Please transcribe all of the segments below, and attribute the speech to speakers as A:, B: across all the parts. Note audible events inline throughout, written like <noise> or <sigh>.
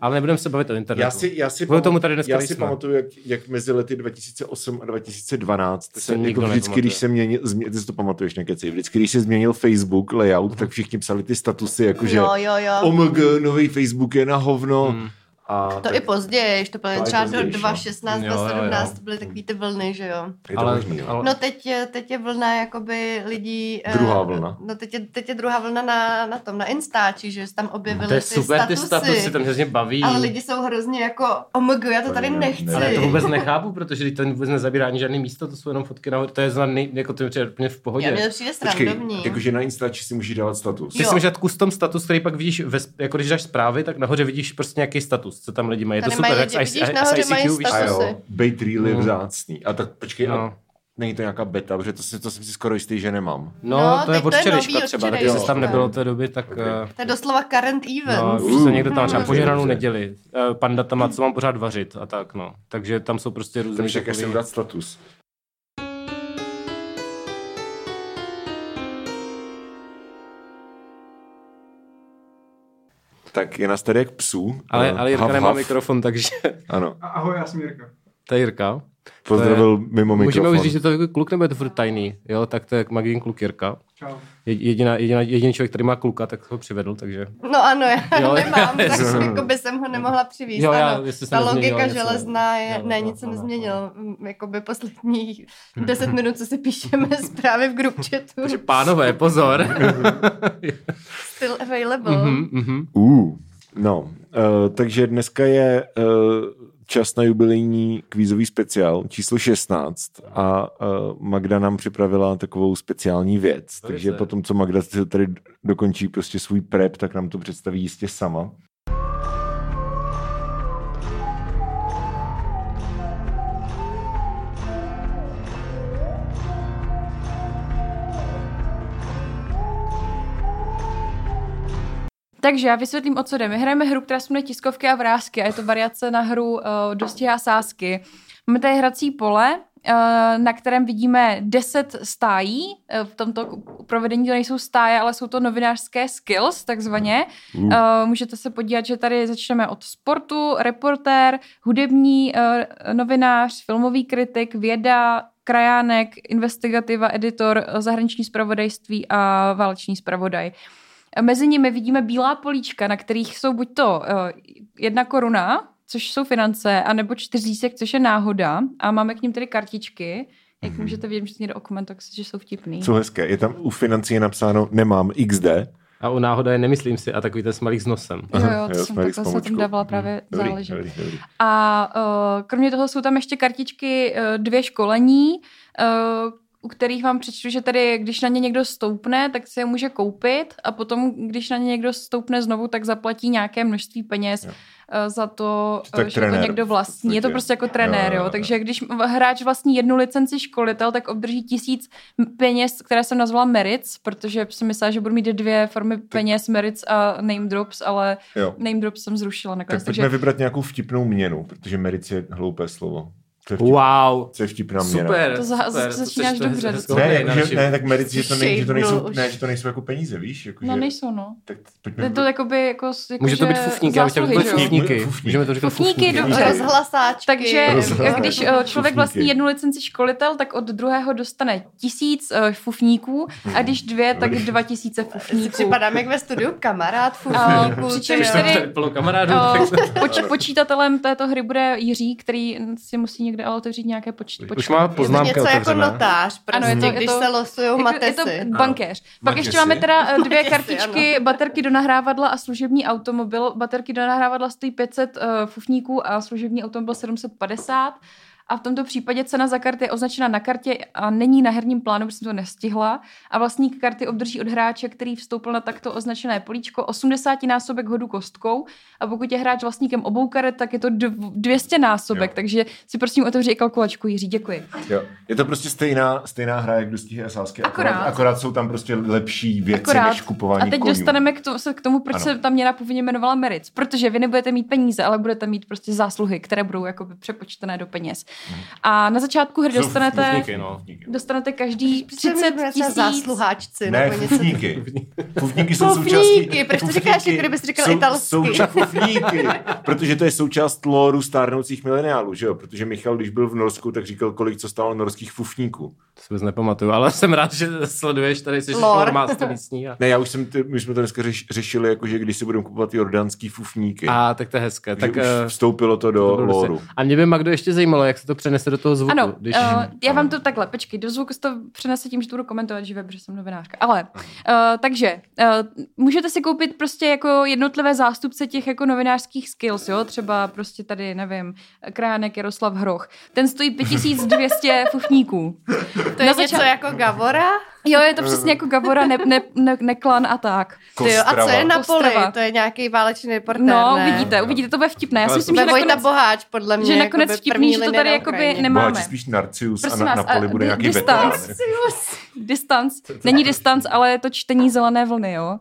A: Ale nebudeme se bavit o internetu.
B: Já si, já si,
A: Kvůli tomu tady dneska
B: já si
A: nejsme.
B: pamatuju, jak, jak mezi lety 2008 a 2012,
A: Se
B: se jako
A: nikdo
B: vždycky,
A: nepamatuje.
B: když se měnil, změ, ty si to pamatuješ, nekeci, vždycky, když se změnil Facebook
A: Mhm.
B: layout, tak všichni psali ty statusy, jako jakože
C: No, jo, jo, jo.
B: OMG, nový Facebook je na hovno. Hmm. A
C: To i později, to
B: To
C: bylo
B: i
C: třeba
B: později, no.
C: do 2.16,
A: jo. Jo, jo, jo.
C: 2.17, to byly takový ty vlny, že jo.
B: je to
A: ale,
B: možný, jo.
A: ale,
C: No teď, je- teď je vlna jakoby lidí... eh,
B: Druhá vlna.
C: No teď je, teď je druhá vlna na, na tom, na Instači, že se tam objevily
A: to je
C: ty,
A: super,
C: statusy,
A: ty statusy, tam hrozně baví.
C: Ale lidi jsou hrozně jako, omg, já to
B: To
C: tady
B: je-
C: nechci.
A: Ale já to vůbec nechápu, protože to vůbec nezabírá ani žádný místo, to jsou jenom fotky nahoře, to je za nej, jako to mi přijde úplně v
C: Já mě
A: pohodě.
C: to přijde
B: Počkej,
C: srandovní.
B: jakože na Instači si můžeš dávat status.
A: Ty
C: Jo.
A: si můžeš dát custom status, který pak vidíš, ve, sp- jako když dáš zprávy, tak nahoře vidíš prostě nějaký status, co tam lidi mají. Je to
C: Tady
A: super,
C: mají
A: jak
C: lidi,
A: s IC-
C: vidíš,
A: s
C: nahoře
A: ICQ,
C: mají
A: víš,
C: status.
B: A
C: to
B: jo,
C: si-
B: bejt really
A: No.
B: vzácný. A tak počkej, a
A: No,
B: není to nějaká beta, protože to, si, to jsem si skoro jistý, že nemám.
A: no,
C: No,
A: to
C: teď
A: je
C: to
A: od
C: je
A: včerejška
C: nový od
A: třeba, tak
C: včerejška. Hm.
A: jestli tam nebylo té doby, tak...
B: Ok.
A: eh,
C: To je doslova current
A: No,
C: event.
A: už se někdo
C: Hm.
A: tam třeba
B: Mm.
A: požehnanou
B: Dobře.
A: neděli. Eh, Panda tam má, co mám pořád vařit a tak, no. Takže tam jsou prostě různé
B: Tam však jsem dát status. Tak je nás tady jak psů.
A: Ale,
B: Eh,
A: ale Jirka
B: hav,
A: nemá
B: hav.
A: mikrofon, takže <laughs>
B: Ano,
D: A- Ahoj, já jsem Jirka.
A: to je Jirka.
B: pozdravil mimo
A: Můžeme
B: mikrofon.
A: už říct, že to je kluk nebo je to furt tajný, jo, tak to je Magdín kluk Jirka.
D: Čau.
A: Je- Jediná, jediná, jediný člověk, který má kluka, tak ho přivedl, takže...
C: No ano, já
A: Jo, <laughs>
C: jo, nemám,
A: já-
C: tak jako by jsem ho nemohla přivést.
A: Jo, já-
C: ano.
A: jestli se
C: Ta
A: nezměnilo
C: logika
A: něco.
C: železná je,
A: Jo,
C: ne,
A: jo,
C: nic se
A: ano, Hmm.
C: nezměnilo. Jako by posledních 10 minut, co
A: <laughs>
C: si píšeme zprávy v group chatu,
A: Pánové,
B: <laughs>
A: pozor.
C: still available.
A: Mhm, mhm.
B: Uh, no, uh, takže dneska je uh, čas na jubilejní kvízový speciál číslo 16 a uh, Magda nám připravila takovou speciální věc.
A: Velice.
B: Takže potom, co Magda si tady dokončí prostě svůj prep, tak nám to představí jistě sama.
E: Takže já vysvětlím, o co jde. My hrajeme hru, která se jmenuje Tiskovky a vrázky a je to variace na hru uh, Dostihá sásky. Máme tady hrací pole, eh, na kterém vidíme 10 stájí. Eh, V tomto k- provedení to nejsou stáje, ale jsou to novinářské skills, takzvaně.
B: Uh,
E: Eh, Můžete se podívat, že tady začneme od sportu, reportér, hudební eh, novinář, filmový kritik, věda, krajánek, investigativa, editor, eh, zahraniční zpravodajství a váleční zpravodaj. Eh, Mezi nimi vidíme bílá políčka, na kterých jsou buď to eh, jedna koruna, což jsou finance, anebo čtyřísek, což je náhoda. A máme k ním tedy kartičky. Jak
B: Mhm.
E: můžete vidět, že někdo dokument, tak že jsou vtipný.
B: Co hezké, je tam u financí je napsáno nemám XD.
A: A u náhoda je nemyslím si a takový ten smalík s nosem.
E: Jo,
B: Aha,
E: jo,
B: jo,
E: to jsem
B: smelík s
E: takhle se
B: pomočkou.
E: tam dávala právě
B: Dobrý,
E: záleží.
B: dobrý,
E: <laughs>
B: dobrý.
E: A eh, kromě toho jsou tam ještě kartičky eh, dvě školení, eh, u kterých vám přečtu, že tady, když na ně někdo stoupne, tak si je může koupit a potom, když na ně někdo stoupne znovu, tak zaplatí nějaké množství peněz
B: Jo.
E: eh, za to,
B: Tak
E: eh, že to
B: trenér
E: někdo
B: v
E: vlastní. Je to
B: podstatě.
E: prostě jako trenér,
B: jo,
E: jo.
B: jo.
E: Takže když hráč vlastní jednu licenci školitel, tak obdrží tisíc m- peněz, které jsem nazvala merits, protože jsem myslela, že budu mít dvě formy peněz, merits a name drops, ale
B: Jo.
E: name drops jsem zrušila nakonec.
B: Tak
E: takže-
B: pojďme vybrat nějakou vtipnou měnu, protože medic je hloupé slovo. Co je, vtip,
A: Wow.
B: co je vtipná měna?
A: Super,
E: To za-
A: super.
E: za- začínáš
A: jsi- to-
E: dobře.
A: to- to- to-
B: no. Ne,
A: to-
B: jako, že,
A: další.
B: ne, tak medic, že to, nej, že to nejsou,
C: Shade
B: ne, že to nejsou jako peníze, víš? Jako,
E: No
B: že,
E: nejsou, no.
B: Tak pojďme
E: Je to jakoby jako, jako
A: Mhm. Může to
E: že
A: být fufníky, já bych chtěl být
E: zásluhy, že jo?
B: fufník.
A: fufníky.
B: Fufníky.
A: Můžeme to říkat
E: Fufníky, no.
A: fufníky.
E: dobře.
C: Rozhlasáčky.
E: Takže
B: Rozhodně.
E: když eh,
B: Fufníky.
E: člověk vlastní jednu licenci školitel, tak od druhého dostane tisíc eh, fufníků a když dvě, tak dva tisíce
C: si
E: fufníků.
C: připadám jak ve studiu kamarád,
E: <laughs> A
C: fufníku,
E: přičemž
C: ty
E: tady-
C: jo.
A: Tady plno kamarádů.
E: Eh,
A: tak-
E: Poč, počítatelem této hry bude Jiří, který si musí někde ale otevřít nějaké poč, počítače.
A: Už má
C: Je to
A: poznámky
C: něco jako
A: otevřené.
C: notář,
E: Ano, je
C: prostě,
E: to- je
C: když
E: to-
C: se losují
E: Jako- Je to
C: matesy.
E: bankéř. Pak ještě
B: Matesy.
E: máme teda eh, dvě
C: Matesy,
E: kartičky, baterky do nahrávadla a služební automobil. Baterky do nahrávadla stojí 500 eh, fufníků a služební automobil 750. A v tomto případě cena za karty je označena na kartě a není na herním plánu, protože jsem to nestihla. A vlastník karty obdrží od hráče, který vstoupil na takto označené políčko, 80 násobek hodu kostkou. A pokud je hráč vlastníkem obou karet, tak je to 200 násobek.
B: Jo.
E: Takže si prosím otevři i kalkulačku, Jiří, děkuji.
B: Jo. Je to prostě stejná, stejná hra, jak dostihy a sásky. Akorát,
E: Akorát.
B: akorát jsou tam prostě lepší věci
E: Akorát.
B: než kupování
E: A teď
B: konů.
E: dostaneme k tomu, se k tomu, proč
B: Ano.
E: ano. se ta měna původně jmenovala Merits. Protože vy nebudete mít peníze, ale budete mít prostě zásluhy, které budou jakoby přepočtené do peněz.
B: Mhm.
E: A na začátku hry dostanete,
D: Fufníky, no. Fufníky.
E: dostanete každý
C: Přičem
E: 30
C: jsme třeba
E: tisíc.
C: zásluháčci
D: Ne,
C: nebo něco.
D: fufníky. Fufníky jsou součástí...
C: Fufníky, proč to říkáš,
D: fufníky
C: jako kdybys to říkal
B: Jsou-
C: italsky?
B: Jsou, fufníky, protože to je součást lóru stárnoucích mileniálů, že jo? Protože Michal, když byl v Norsku, tak říkal, kolik co stálo norských fufníků.
A: To si vůbec nepamatuju, ale <laughs> jsem rád, že sleduješ tady, jsi
C: Lore.
A: Lormaster místní.
B: <laughs>
A: A,
B: Ne, já už jsem, ty, my jsme to dneska řeš, řešili, jakože když si budeme kupovat jordánský fufníky.
A: a tak to je hezké.
B: tak
A: Tak,
B: už
A: eh,
B: vstoupilo to do
A: to bylo
B: lóru.
A: prostě- A mě by Magdo ještě zajímalo, jak se to přenese do toho zvuku.
E: Ano,
A: když...
E: uh, já vám to takhle, počkej, do zvuku se to přenese tím, že to budu komentovat živě, protože jsem novinářka. Ale, uh, takže, uh, můžete si koupit prostě jako jednotlivé zástupce těch jako novinářských skills, jo? Třeba prostě tady, nevím, Kránek Jaroslav Hroch. Ten stojí 5200 fufníků.
C: To je
E: Na
C: něco
E: začátku-
C: jako Gavora?
E: Jo, je to přesně jako Gavora, ne, ne, ne, neklan a tak.
C: Ty jo, a co je na poli?
E: Ostrava.
C: To je nějaký válečný reportér,
E: No,
C: ne?
E: uvidíte, uvidíte, to bude vtipné. Já si
D: Ale
E: myslím,
C: Ve
E: že
C: Vojta
E: nakonec,
C: Boháč, podle mě.
E: že nakonec
C: jakoby
E: vtipný,
C: první
E: že to
C: linie
E: tady
C: na
E: jakoby
C: Ukrajině.
E: nemá-
B: Boháči
E: máme.
B: spíš Narcius a
E: Prosím
B: na,
E: vás,
B: na poli
E: a
B: bude
E: di-
B: nějaký
E: distanc?
B: veterán.
E: Distanc. Není distanc, ale je to čtení zelené vlny, jo.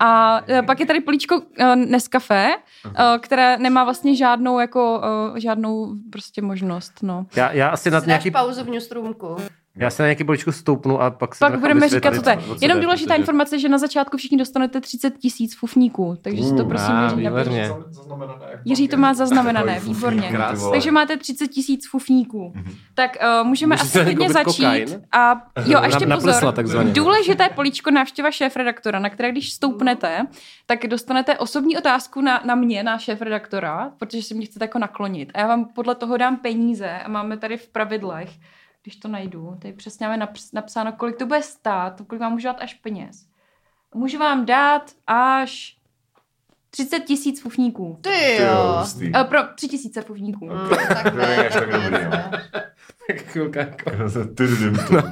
E: A eh, pak je tady políčko eh, Nescafé, eh, které nemá vlastně žádnou jako eh, žádnou prostě možnost, no.
A: Já, já asi na
C: Si dáš
A: nějaký,
C: pauzu v newsroomku.
A: já se na nějaký poličku stoupnu a pak si
E: Pak
A: nechám
E: budeme
A: vysvětlit,
E: říkat, co to je.
A: co
E: Jenom důležitá
A: protože-
E: informace, že na začátku všichni dostanete 30 tisíc fufníků, takže si to prosím
A: á,
E: Jiří napiš.
A: výborně.
E: Jiří to má zaznamenané, výborně.
A: krás. Mhm.
E: Takže máte 30 tisíc fufníků. Tak uh, můžeme
A: Můžete
E: asi klidně
A: koupit
E: začít.
A: kokain?
E: A jo, a ještě
A: Na- naplesla
E: pozor.
A: takzvaně. <laughs>
E: Důležité políčko návštěva šéfredaktora, na které když stoupnete, tak dostanete osobní otázku na, na mě, na šéfredaktora, protože si mě chcete jako naklonit. A já vám podle toho dám peníze a máme tady v pravidlech, když to najdu, tady přesně máme naps- napsáno, kolik to bude stát, kolik vám můžu dát až peněz. Můžu vám dát až 30 tisíc fufníků.
C: Ty
B: Ty jo,
C: jo.
B: hustý.
E: Uh, pro tři tisíce fufníků.
C: Mm,
B: To je až tak
C: jasné.
B: dobrý, no.
A: Chvilka, jako
C: <laughs>
B: Tududum.
A: No.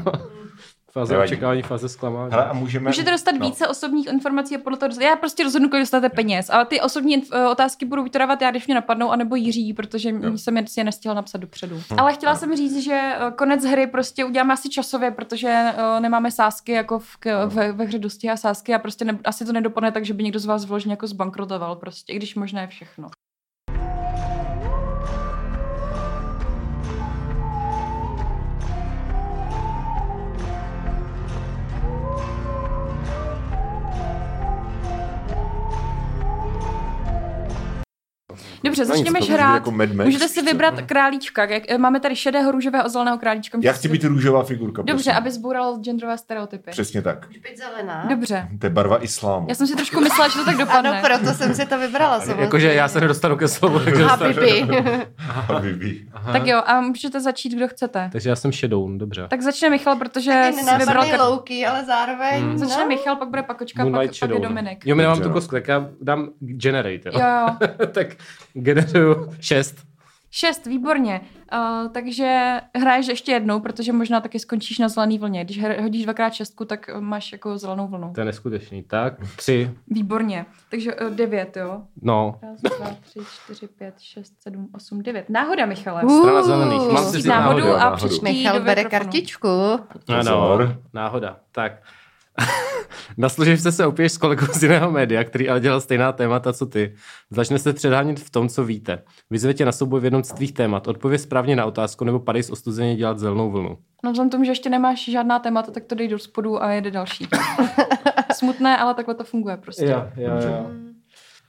A: Fáze
B: Nevadí.
A: očekávání, fáze zklamání.
B: Hele, a můžeme...
E: Můžete dostat
B: no.
E: více osobních informací a podle toho dost- já prostě rozhodnu, kolik dostanete peněz, ale ty osobní inf- eh, otázky budu vytodávat já, když mě napadnou, anebo Jiří, protože no. jsem je si je nestihla napsat dopředu.
B: Hm.
E: Ale chtěla jsem říct, že eh, konec hry prostě uděláme asi časově, protože eh, nemáme sásky jako v, k, ve, ve hře dosti a sásky a prostě ne, asi to nedopadne tak, že by někdo z vás vložně jako zbankrotoval prostě, i když možné všechno.
B: No
E: Dobře,
B: nic, to
E: začneme
B: může být
E: hrát.
B: jako Mad Max,
E: Můžete si
B: co?
E: vybrat králíčka. Jak, eh, máme tady šedého, růžového a zeleného králíčka.
B: Já
E: Můžete
B: chci
E: si
B: být růžová figurka.
E: Dobře,
B: prosím.
E: aby zboural genderové stereotypy.
B: Přesně tak.
C: Můžu být zelená?
E: Dobře.
B: To je barva islámu.
E: Já jsem si trošku myslela, že to tak dopadne.
C: Ano, No, proto jsem si to vybrala. samozřejmě.
A: Jakože já se nedostanu ke slovu. takže
C: A
A: dostanu-
C: Bibi.
B: Habibi.
E: Tak jo, a můžete začít, kdo chcete.
A: Takže já jsem Shadow, dobře.
E: Tak začne Michal, protože si vybral...
C: Nenápadný
E: Kar...
C: louky, ale zároveň... no.
E: Začne Michal, pak bude Pakočka, pak,
A: Moonlight
E: pak je
A: Shadow.
E: Dominik. Jo,
A: Jo, my nemám
B: Dobře,
A: tu
B: no.
A: kostku, tak já dám generate. Jo.
E: jo.
A: <laughs> tak generuju šest.
E: Šest, výborně. Uh, takže hraješ ještě jednou, protože možná taky skončíš na zelený vlně. Když her- hodíš dvakrát šestku, tak eh, máš jako zelenou vlnu.
A: To je neskutečný. Tak, tři.
E: Výborně. Takže uh, devět, jo.
A: No,
E: Raz, dva, tři, čtyři, pět, šest, sedm, osm, devět. Náhoda, Michale.
C: Uh,
A: strana zelených. Mám si
E: Vzít
A: vzít náhodu.
E: náhodu a
B: náhodu.
E: přečtí do
C: Michal bere
E: mikrofonu.
C: kartičku.
A: Ano,
B: Pozor.
A: náhoda. Tak. <laughs> Na služebce se opiješ s kolegou z jiného média, který ale dělal stejná témata, co ty. Začne se předhánět v tom, co víte. Vyzve tě na souboj v jednom z tvých témat. Odpověď správně na otázku nebo padej z ostuzeně dělat zelenou vlnu.
E: No vzhledem k tomu, že ještě nemáš žádná témata, tak to dej do spodu a
A: <laughs>
E: jede další. Smutné, ale takhle to funguje prostě.
A: jo, jo.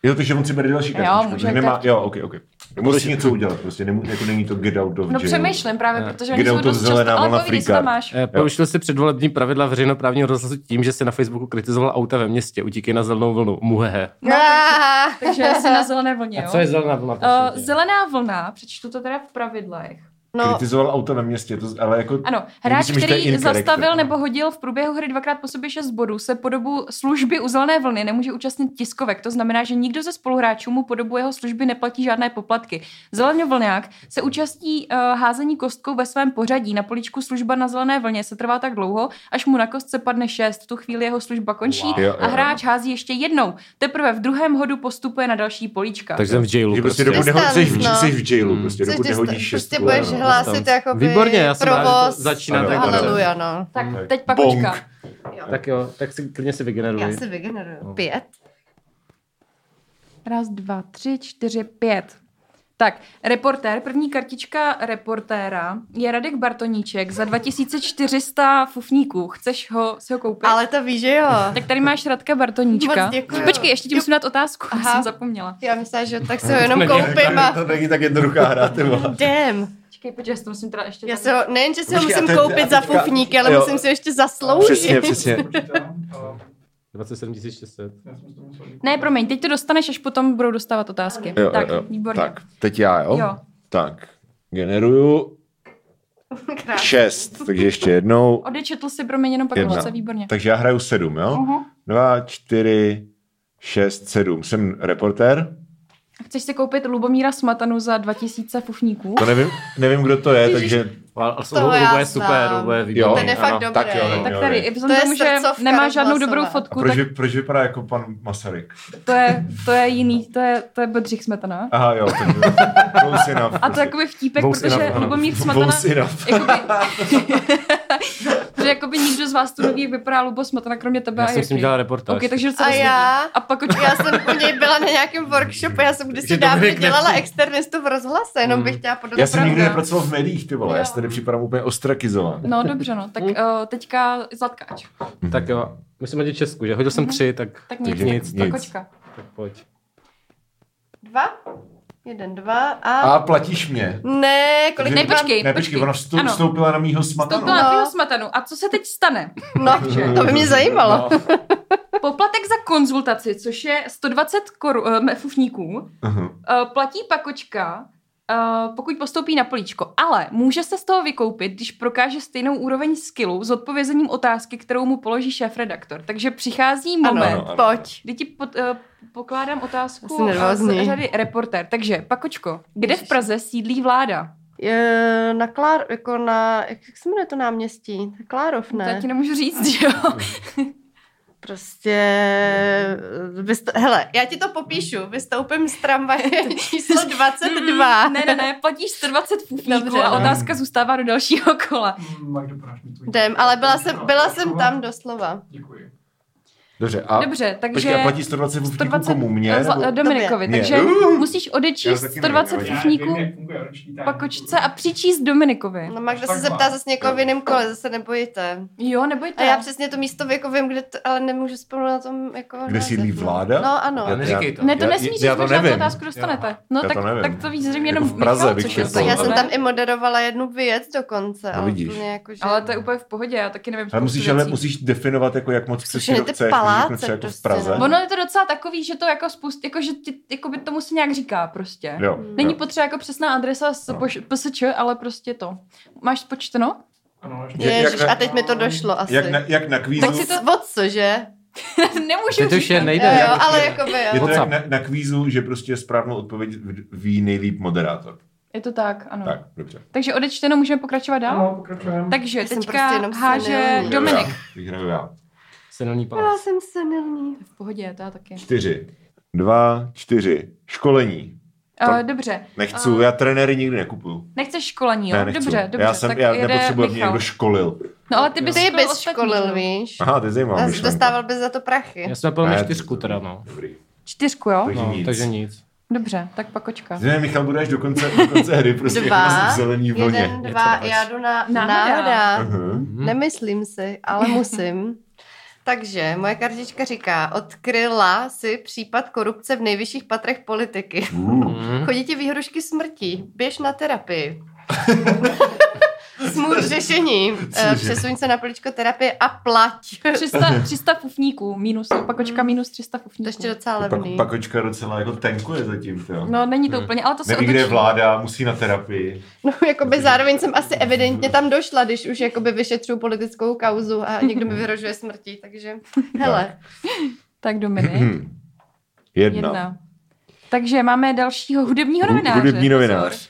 B: Jo, takže on si bere další kartičku.
E: může
B: takže nemá,
E: kartičku.
B: jo, ok, ok. Musí něco udělat, prostě nemů, jako není to get out of jail.
E: No přemýšlím právě, protože oni
B: Kde
E: jsou
B: u toho
E: dost
B: zelená
E: často, ale
B: vlna
E: povídej, co
B: freak
E: tam
B: art?
E: máš.
A: Eh, Porušil si předvolební pravidla veřejnoprávního rozhlasu tím, že si na Facebooku kritizoval auta ve městě. Utíkej na zelenou vlnu. Muhehe.
E: No,
C: Ah,
E: Takže jsi na zelené vlně,
A: A co je
E: jo?
A: zelená vlna?
C: Eh,
E: Uh,
A: prosím tě?
E: zelená vlna, přečtu to teda v pravidlech.
C: No,
B: Kritizoval auto na městě, to, ale jako...
E: Ano,
B: Já
E: hráč,
B: myslím, že to je
E: který
B: in character.
E: zastavil nebo hodil v průběhu hry dvakrát po sobě šest bodů, se po dobu služby u zelené vlny nemůže účastnit tiskovek. To znamená, že nikdo ze spoluhráčů mu po dobu jeho služby neplatí žádné poplatky. Zelený vlňák se účastní uh, házení kostkou ve svém pořadí. Na poličku služba na zelené vlně se trvá tak dlouho, až mu na kostce padne šest. V tu chvíli jeho služba končí
B: Wow. Jo,
E: a
B: jo.
E: hráč hází ještě jednou. Teprve v druhém hodu postupuje na další políčka.
A: Takže jsem v jailu.
B: Že prostě
A: Prostě.
B: dokud
C: Distance,
B: nehodíš, jsi, v-
C: no.
B: jsi v jailu, prostě
C: což
B: dokud
C: ty
B: nehodíš
C: prostě
B: šestku.
C: budeš
B: ano.
C: hlásit jako
A: Výborně, já jsem rád, že to
C: provoz.
A: začíná
B: tak dobře.
C: Haleluja, no.
E: Tak
B: Tak.
E: teď pakočka.
B: Mm. Bonk.
A: Tak jo, tak si klidně si
C: Já
A: vygeneruji.
C: si vygeneruju. Pět.
E: Raz, dva, tři, čtyři, pět. Tak, reportér, první kartička reportéra je Radek Bartoníček za 2400 fufníků. Chceš ho, si ho koupit?
C: Ale to víš, že jo.
E: Tak tady máš Radka Bartoníčka.
C: Moc děkuju.
E: Počkej, ještě ti
C: Jo.
E: musím dát otázku, Aha.
C: Aha.
E: jsem zapomněla.
C: Já myslím, že tak se ho jenom koupím a
B: <laughs>
D: To není tak jednoduchá hra, ty
E: <laughs>
D: vole.
C: jdem.
E: Počkej, počkej, já si to musím teda ještě...
C: Já
E: tam-
C: se ho, nejen, že si ho
D: Počkej, a
C: musím
D: ten- a
C: koupit za
D: teďka-
C: fufníky, ale
B: jo.
C: musím si ho ještě zasloužit.
B: Přesně, přesně.
A: 27 600.
E: Ne, promiň, teď to dostaneš, až potom budou dostávat otázky.
B: Jo,
E: tak,
B: jo, jo.
E: výborně.
B: tak, teď já, jo?
E: Jo.
B: Tak,
E: <laughs>
B: generuju
C: Krásně.
B: šest, takže ještě jednou.
E: Odečetl si, promiň, jenom pak
B: Jedna.
E: se výborně.
B: Takže já hraju sedm, jo?
E: Uh-huh.
B: Dva, čtyři, šest, sedm. Jsem reportér?
E: Chceš si koupit Lubomíra Smatanu za 2000 fufníků?
B: To nevím, nevím kdo to je, takže...
A: Ale
C: Toho já
A: Lubo je super,
C: znám.
A: Lubo je
B: Jo.
A: výborný.
C: Ten je fakt
A: ano.
C: dobrý.
B: tak jo, no.
E: Tak tady, i
C: To
E: vzhledem
C: je
E: tomu, že
C: srdcovka
E: nemá žádnou
C: rozhlasová.
E: dobrou
B: A
E: fotku,
B: proč,
E: tak
B: vy, proč vypadá jako pan Masaryk?
E: to je, to je jiný, to je, to je Bedřich Smetana.
B: Aha, jo, takže
E: <laughs>
B: close enough.
E: A to je takový vtípek,
A: Vous
E: protože
A: enough, ano.
E: Lubomír Smatana...
B: Close enough.
A: <laughs>
E: Jakoby, že jakoby nikdo z vás tu neví, jak vypadá Lubo Smatana, kromě tebe
A: Já
E: a
A: jsem s ním
E: Jirky.
A: dělal reportáž.
E: Ok, takže docela
C: A já?
E: A pak oč...
C: Já jsem u něj byla na nějakém workshopu, já jsem kdysi
A: Takže
C: dávno
A: Dominik ne-
C: dělala externistu v rozhlase, jenom bych chtěla podat
B: Mm. Já jsem nikdy
C: pravdu.
B: nepracoval v médiích, ty vole, já se tady připadám úplně ostrakizován.
E: No dobře, no.
C: Hm?
E: Tak uh, teďka Zlatkáč.
A: Tak jo, musím hodit Česku, že? Hodil jsem tři, tak,
E: Tak nic,
A: nic.
E: tak
B: nic.
E: kočka.
A: Tak pojď.
C: Dva, jeden, dva a...
B: A platíš mě.
C: Ne, kolik
E: Ne,
C: mám?
E: počkej,
B: Ne,
E: No. počkej.
B: počkej, ona vstu-
E: Ano.
B: vstoupila na mýho smatanu.
E: Vstoupila
C: No.
E: na tvýho smatanu. A co se teď stane?
C: No, to by mě zajímalo.
B: no,
E: Poplatek za konzultaci, což je 120 koru, eh, fufníků,
B: Aha.
E: eh, platí pakočka, eh, pokud postoupí na políčko. Ale může se z toho vykoupit, když prokáže stejnou úroveň skillu s odpovězením otázky, kterou mu položí šéf-redaktor. Takže přichází moment,
C: Ano,
B: Ano, ano.
C: pojď.
E: kdy ti pod, eh, pokládám otázku
C: Jsem nervózní.
E: z řady reportér. Takže, Pakočko, kde v Praze sídlí vláda?
C: Je, na Klár, jako na, jak, jak se jmenuje to náměstí? Na Klárov,
E: To já
C: ne?
E: ti nemůžu říct,
C: <laughs>
E: že jo?
C: Prostě, vyst- hele, já ti to popíšu, vystoupím z
E: <laughs>
C: tramvaje číslo 22.
E: Ne, ne, ne, platíš 120 fufníků
C: Dobře. no.
E: a otázka zůstává do dalšího kola.
D: Magdo, podáš Mm, mi tvůj
C: Jdem, ale byla jsem, byla jsem tam doslova.
D: Děkuji.
B: Dobře, a
E: Dobře, takže...
B: počkej, a platí 120 vůbec
E: 120
B: komu mě?
E: eh, Zla-
B: nebo-
E: Dominikovi,
B: Mně.
E: takže
B: Uh.
E: musíš
B: Já
E: odečíst
B: taky nevím,
E: 120
B: nevadí.
E: fufníků
D: funguje roční táhní.
E: Pakočce a přičíst Dominikovi.
C: No má kdo
D: Tak
C: se zeptá
D: má.
C: zase někoho v jiném kole, zase nebojte.
E: Jo,
C: A
E: nebojte.
C: já přesně to místo jako vím, kde to, ale nemůžu spolu na tom jako...
B: Kde
C: název,
B: sídlí
C: no.
B: vláda?
C: No ano.
A: Ale neříkej to.
E: Ne, to
B: Já-
E: nesmí
B: já
E: říct,
B: to
E: možná tu
B: nevím.
E: otázku dostanete. No
B: Já
E: tak,
B: to nevím.
E: tak to víš zřejmě
B: Jako
E: jenom
B: v Praze
E: Michal,
B: bych
E: což
B: četl,
E: je
C: Tak já jsem
E: zajímavé.
C: tam i moderovala jednu věc dokonce.
B: No
C: ale
B: vidíš.
C: úplně Jako, že...
E: Ale to je úplně v pohodě, já taky nevím.
B: Ale
E: spoustu
B: musíš, ale
E: věcí.
B: musíš definovat, jako jak moc přesně
C: Všechny
B: to
C: ty
B: chceš,
C: paláce
B: paláce, jako v
C: prostě,
B: Praze.
C: no.
E: Ono je to docela takový, že to jako spust, jako že ti, jako by tomu se nějak říká prostě.
B: Jo,
E: Není
B: jo.
E: potřeba jako přesná adresa s
B: No.
E: poš- PSČ, ale prostě to. Máš spočteno? <laughs>
D: Ano, ještě.
C: Ježiš,
B: jak-
C: a teď mi to došlo asi.
B: Jak na, jak na kvízu,
E: Tak si to-
C: Od co, že?
E: Nemůžu
A: Teď
E: říct.
A: už je
E: ne.
A: nejde.
C: Jo, jo,
A: jak-
C: ale jako by,
B: je
C: jo.
B: to jak
A: WhatsApp.
B: na, na kvízu, že prostě správnou odpověď v- ví nejlíp moderátor.
E: Je to tak, ano.
B: Tak, dobře.
E: Takže odečteno můžeme pokračovat dál?
D: Ano, pokračujeme.
E: Takže
C: No. Já jsem
E: teďka
C: prostě jenom
E: háže
C: senilní.
E: Eh, Dominik.
B: Teď hraju já.
A: Senilní
C: Já
A: palác.
C: jsem senilní.
E: V pohodě, to já taky.
B: Čtyři. Dva, čtyři. Školení. To-
E: Uh, dobře.
B: Nechci,
E: Eh,
B: já trenéry nikdy nekupuju.
E: Nechceš školení, jo?
B: Ne, nechci.
E: dobře, dobře.
B: já jsem,
E: tak
B: já
E: jede
B: nepotřebuji, aby mě
E: Michal.
B: někdo školil.
E: No ale ty bys,
C: Ty
E: školil
C: bys
E: ostatní, no.
C: školil,
E: že?
C: víš?
B: Aha, to je zajímavá
C: A
B: myšlenka.
C: dostával bys za to prachy.
A: Já jsem napil
B: Ne,
A: na
B: to-
A: čtyřku teda, no.
B: Dobrý.
E: Čtyřku, jo?
B: Takže
A: no
B: nic.
A: takže nic.
E: Dobře, tak pakočka.
C: <laughs>
B: Že Michal, budeš do konce, do konce hry prostě jako na
C: Dva,
B: zelený
C: jeden,
B: vlně. Mhm.
C: dva,
A: to
C: já jdu na
E: Náhoda.
C: náhoda.
B: Aha.
C: Nemyslím si,
B: <laughs>
C: ale musím. Takže moje kartička říká, odkryla si případ korupce v nejvyšších patrech politiky.
B: Uh.
A: Mm.
C: Chodí ti výhrušky smrti, běž
B: <laughs>
C: na terapii. Smůj řešení. Eh, Přesuň se na poličko terapie a plať.
E: 300, 300 fufníků, minus, pakočka minus 300
C: To Hmm. ještě
E: fufníků.
C: docela
B: Pak,
C: levný.
B: pakočka docela jako tenkuje zatím, to.
E: No není to úplně, ale to se
B: Neví, kde je
E: otočí.
B: vláda, musí na terapii.
C: No, jakoby zároveň jsem asi evidentně tam došla, když už jakoby vyšetřuju politickou kauzu a
B: <laughs>
C: někdo mi vyhrožuje smrti, takže hele.
E: Tak Dominik,
B: Hmm, Hm. Jedna.
E: jedna. Takže máme dalšího hudebního novináře.
B: Hudební
E: pozor.
B: novinář.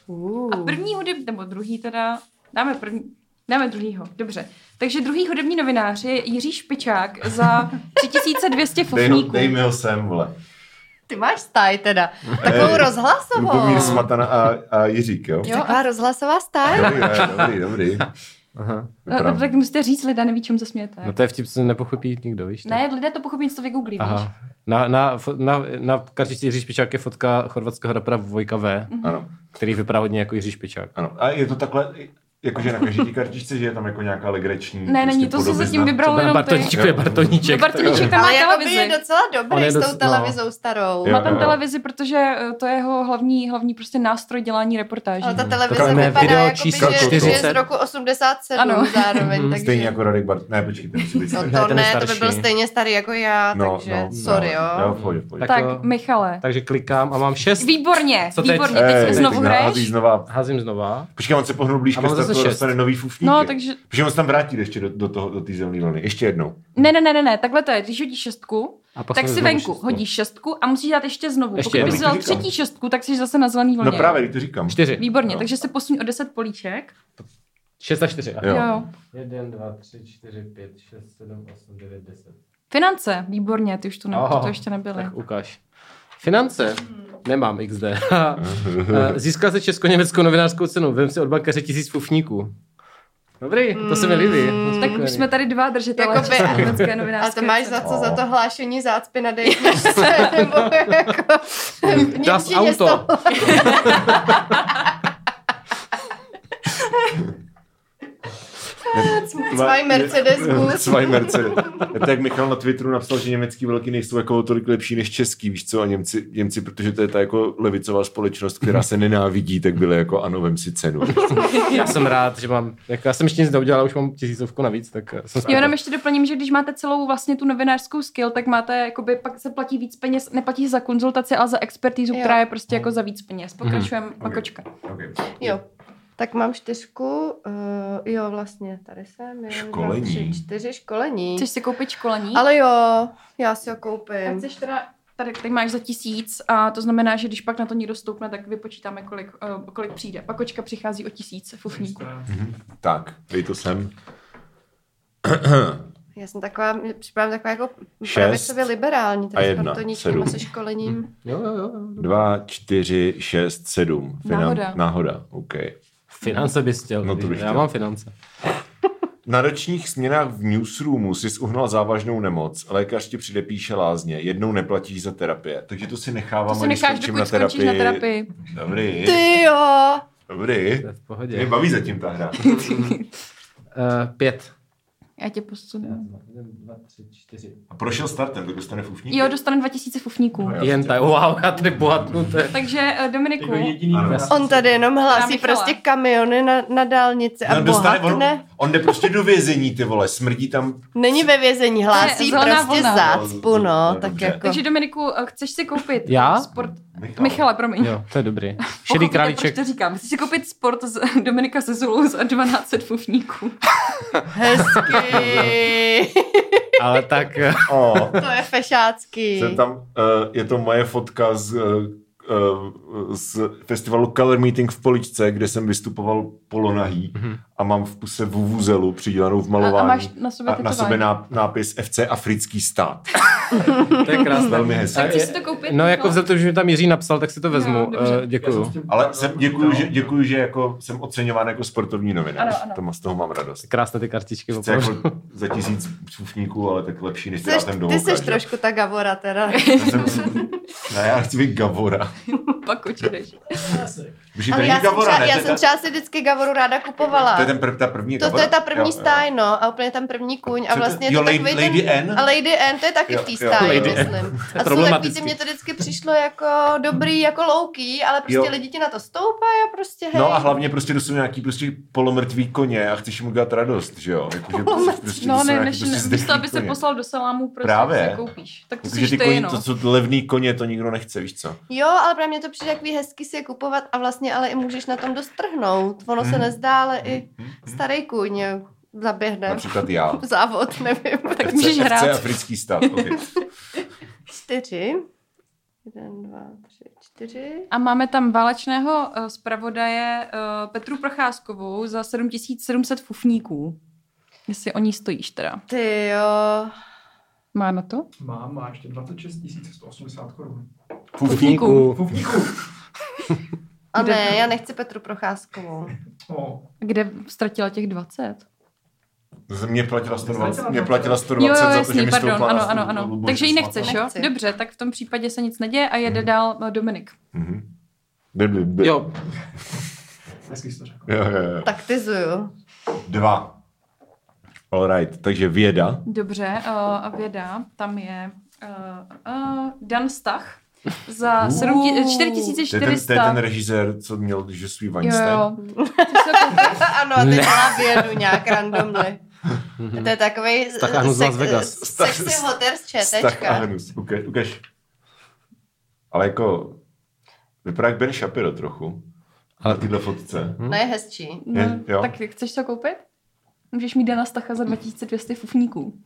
E: A první hudební, nebo druhý teda, dáme první, dáme druhýho, dobře. Takže druhý hudební novinář je Jiří
B: <laughs>
E: Špičák za 3200
B: Dej, no- ho,
E: fufníků.
B: dej mi ho sem, vole.
C: Ty máš stáj teda. Takovou
B: Ej,
C: rozhlasovou.
B: Eh, Lubomír Smatana a, a Jiřík, jo?
E: Jo,
C: Taková rozhlasová stáj.
B: Dobrý, ne, dobrý, dobrý.
A: Aha.
E: No,
B: Dobrá.
E: tak musíte říct, lidé neví, čemu se smějete.
A: No to je vtip, co nepochopí nikdo, víš? to?
E: Ne, lidé to pochopí, co to vygooglí, víš.
A: Aha. Na, na, fo- na, na kartičce Jiří Špičák je fotka chorvatského rapera Vojka V.
B: Ano.
A: který vypadá hodně jako Jiří Špičák.
B: Ano. A je to takhle, jakože na každý té kartičce, že je tam jako nějaká legrační prostě
E: Ne, není, to si zatím vybral
A: Ten
E: jenom ty.
A: Bartoníček je Bartoníček.
E: Bartoníček tam má
C: Ale jako by
E: televizi.
C: je docela
A: On
C: dobrý
A: je
C: s
A: doc-
C: tou
A: no.
C: televizou starou.
B: Jo.
E: Má tam televizi, protože eh, to je jeho hlavní, hlavní prostě nástroj dělání reportáží.
C: Ale ta
A: To
C: televize
A: tam je video
C: vypadá jako by,
A: číslo
C: že, že je
A: 40.
C: z roku 87
E: Ano.
C: ano. zároveň. Takže...
B: Stejně jako Radek Bart. Ne, počkejte, musí být
C: No
B: starší.
A: Ne,
C: to
A: ten je
C: ne, to by byl
A: starší.
C: stejně starý jako já,
B: <laughs> No,
C: takže
B: no,
C: sorry,
B: no,
C: jo.
B: Jo, v pohodě, v
A: Tak
B: pohodě.
E: Tak,
A: jo.
E: Michale.
A: Takže klikám a mám šest.
E: Výborně,
A: Co teď?
E: výborně. Teď,
B: Ej,
E: znovu
B: teď nahází
E: hraješ.
B: znova.
A: Házím znova.
B: Počkej, on se pohnul blíž
A: A
B: ke
A: mám zase
B: startu a
A: šest.
B: dostane nový fufník.
E: No, takže...
B: Protože on se tam vrátí ještě do, do, toho, do té zelené vlny. Ještě jednou.
E: Ne, ne, ne, ne, ne, takhle to je. Když hodíš šestku,
A: A pak
E: tak
A: jsem
E: si
A: znovu
E: venku
A: šestku.
E: hodíš šestku a musíš dát ještě znovu.
A: Ještě
E: Pokud
A: jednou.
E: bys dal
B: Říkám.
E: třetí šestku, tak jsi zase na zelený vlně.
B: No právě, teď to říkám.
A: Čtyři.
E: Výborně,
B: No.
E: takže se posuň o 10 políček.
A: Šest a čtyři.
B: Jo.
E: Jo.
A: 1, 2, 3, 4, 5, 6, 7, 8, 9, 10.
E: Finance, výborně, ty už tu ne,
A: Aha.
E: to ještě nebyly.
A: Tak ukáž. Finance. Nemám XD. <laughs> Eh, Získal se česko-německou novinářskou cenu. Vem si od bankaře tisíc pufníků. Dobrý, to se mi líbí. Jsem
E: Hmm, Tak
A: spokojený.
E: už jsme tady dva držitelé
C: Jakoby-
E: <laughs> československé
C: A
E: novinářské.
C: to máš
E: ceny.
C: za co? Za to hlášení zácpy na dejničce? Nebo jako... v
A: Das
C: Němčině
A: Auto.
C: <laughs> stalo- Zwei Mercedes
B: <laughs>
C: Bus.
B: Zwei Mercedes. Tak jak Michal na Twitteru napsal, že německý velký nejsou jako tolik lepší než český, víš co, a Němci, Němci, protože to je ta jako levicová společnost, která se nenávidí, tak byly jako ano, vem si cenu.
A: Já jsem rád, že mám, jako já jsem ještě nic neudělal, už mám tisícovku navíc, tak eh, jsem
E: Jo,
A: spokojený.
E: jenom ještě doplním, že když máte celou vlastně tu novinářskou skill, tak máte, jakoby, pak se platí víc peněz, neplatí se za konzultaci, ale za expertízu,
C: Jo.
E: která je prostě jako za víc peněz. Pokračujeme, mm Pakočka.
B: Okay.
C: Jo. Tak mám čtyřku, uh, jo vlastně, tady jsem. Jedna,
B: Školení.
C: Tři, čtyři školení.
E: Chceš si koupit školení?
C: Ale jo, já si ho
E: Tak
C: koupím.
E: chceš teda, tady, tady máš za tisíc a to znamená, že když pak na to někdo stoupne, tak vypočítáme, kolik, eh, kolik přijde. Pakočka přichází o tisíc fufníků.
B: Tak, dej to sem.
C: Já jsem taková, připadám taková jako
B: Šest
C: pravicově liberální,
B: a
C: tady s
B: jedna,
C: kartoníčkem
B: sedm. Hm.
C: a se školením.
A: Jo, jo, jo.
B: Dva, čtyři, šest, sedm.
E: Náhoda.
B: Náhoda, OK.
A: Finance bys chtěl.
B: No, to bych
A: já
B: chtěl.
A: mám finance.
B: Na ročních směnách v newsroomu jsi uhnal závažnou nemoc, lékař ti předepíše lázně, jednou neplatíš za terapie, takže to si nechávám,
E: To si
B: a když
E: necháš,
B: skončím
E: dokud na skončíš na terapii.
B: Dobrý,
C: Ty jo!
B: dobrý.
A: To je v
B: Mě
A: pohodě.
B: baví zatím ta hra.
A: Uh, pět.
E: Já tě posunu.
B: A prošel startem, tak dostane fufník.
E: Jo, dostane 2000 fufníků.
B: Jo.
A: Jen tak, wow, já tady bohatnu, to je...
E: Takže eh, Dominiku,
D: Jako jediný
B: Ano.
D: krásný
C: On tady jenom
E: Na
C: hlásí
E: Michala.
C: prostě kamiony na, na dálnici a
B: No, dostane, on,
C: bohatne.
B: on jde prostě do vězení, ty vole, smrdí tam.
C: Není ve vězení,
E: To je
C: hlásí
E: zelená
C: prostě
E: vlna.
C: zácpu, no,
B: No,
C: tak
B: dobře.
C: jako.
E: takže Dominiku, eh, chceš si koupit
A: Já?
E: sport...
B: Michal.
E: Michale, promiň.
A: Jo, to je <laughs> dobrý. Šedý
E: Pochopíte,
A: králíček.
E: Proč to říkám? Chceš si koupit sport z <laughs> Dominika se Zulou za 12 fufníků.
B: <laughs>
C: Hezky.
A: Ale tak, eh,
B: O,
E: <laughs>
C: to je fešácký.
B: jsem tam, uh, je to moje fotka z, uh, z festivalu Color Meeting v Poličce, kde jsem vystupoval polonahý a mám v puse vuvuzelu přidělanou v malování.
E: A- a máš na sobě
B: na
E: tetování.
B: sobě ná, nápis FC Africký stát.
A: to je
E: <laughs>
A: krásné.
B: Velmi hezký.
E: A chceš si to koupit?
A: No,
E: Michale?
A: jako za to, že mi tam Jiří napsal, tak si to
E: Jo,
A: vezmu.
E: dobře.
A: Eh,
D: Já jsem
A: děkuju.
D: s tím
B: Ale
D: opravdu
B: jsem, děkuju, že,
D: počítal.
B: děkuju, že jako jsem oceňován jako sportovní novinář.
E: Ano, ano.
B: To má- z toho mám radost.
A: Krásné ty kartičky.
B: Sice
A: opravdu.
B: jako za tisíc fufníků, ale tak lepší, než
C: Jseš,
B: já ten
C: ty
B: domů.
C: jsi trošku ta Gavora teda.
B: Já jsem, ne, já chci být Gavora.
E: <laughs> Pak očideš.
B: Jako Protože to
C: Ale
B: není
C: já jsem,
B: Gavora,
C: třeba,
B: ne?
C: já
B: To je
C: jsem
B: ta-
C: třeba si vždycky Gavoru ráda kupovala.
B: To je ten prv, ta první
C: To, to
B: Gavora?
C: je ta
B: Jo,
C: první
B: jo.
C: stáj, no, a úplně tam první kůň.
B: Co
C: A
B: to-
C: vlastně je
B: jo,
C: to
B: Lady-
C: takový
B: Lady
C: ten...
B: N?
C: A Lady N, to je taky
B: Jo,
C: v té
B: jo,
C: stáji,
A: Lady N.
C: myslím. A to jsou takový,
A: problematický.
C: ty mě to vždycky přišlo jako dobrý, jako louký, ale prostě
B: Jo.
C: lidi ti na to stoupají a prostě hej.
B: No a hlavně prostě to jsou nějaký prostě polomrtvý koně a chceš mu dát radost, že jo? Jako, že prostě, prostě to
E: No,
B: jsou
E: ne,
B: nějaký
E: než,
B: prostě
E: ne, místo,
B: zdechlý
E: aby se
B: koně.
E: poslal do salámu, prostě
B: Právě.
E: se koupíš. Tak to
B: Protože ty
E: jsi ty,
B: koně,
E: no.
B: to jsou levný koně, to nikdo nechce, víš co?
C: Jo, ale právě mě to přijde takový hezky si je kupovat a vlastně ale i můžeš na tom dostrhnout. Ono
B: Mhm.
C: se nezdá, ale i starý kůň zaběhne
B: Například já.
C: závod, nevím. <laughs> Tak
E: Tak můžeš
B: FC
E: hrát.
B: africký stát, okay.
C: čtyři. Jeden, dva, tři, čtyři.
E: A máme tam válečného eh, zpravodaje eh, Petru Procházkovou za 7700 fufníků. Jestli o ní stojíš teda.
C: Ty jo.
E: Má na to?
D: Mám, má ještě 26 180 korun.
E: Pufníku.
D: Pufníku.
C: A
E: Kde to?
C: ne, já nechci Petru Procházkovou.
D: O,
E: Kde ztratila těch 20?
B: Z- Mě platila 120, mě platila
E: Jo,
B: 120
E: jo,
B: za to, že
E: jasný,
B: mi
E: pardon,
B: stoupla na
E: ano,
B: stůl
E: ano, ano.
B: Luboš
E: Takže ji
B: Šmata.
E: nechceš, jo?
C: Nechci.
E: Dobře, tak v tom případě se nic neděje a jede dál eh, Dominik.
B: Mhm. Blablabla.
A: Jo,
D: Hezky jsi to řekl.
B: Jo, jo, jo.
C: Taktizuju.
B: Dva. All right, takže věda.
E: Dobře, uh, a věda, tam je uh, uh, Dan Stach za 7, ti-
C: <laughs>
B: To je, ten, to je ten
E: 4400.
B: režisér, co měl, že svý
E: Jo,
B: Weinstein.
E: jo.
C: ano, a teď dělá vědu nějak randomly.
A: <laughs>
C: To je takový
A: Stach Ahnus Las Vegas.
C: sexy hoter z
B: Stach a
C: četečka.
B: hnus. Ukaž, ukaž. Ale jako, vypadá jak Ben Shapiro trochu. Na
A: Ale-
B: této fotce.
C: No je hezčí.
B: <laughs>
E: No,
B: Je- jo.
E: tak chceš to koupit? Můžeš mít Dana Stacha za 2200 fufníků.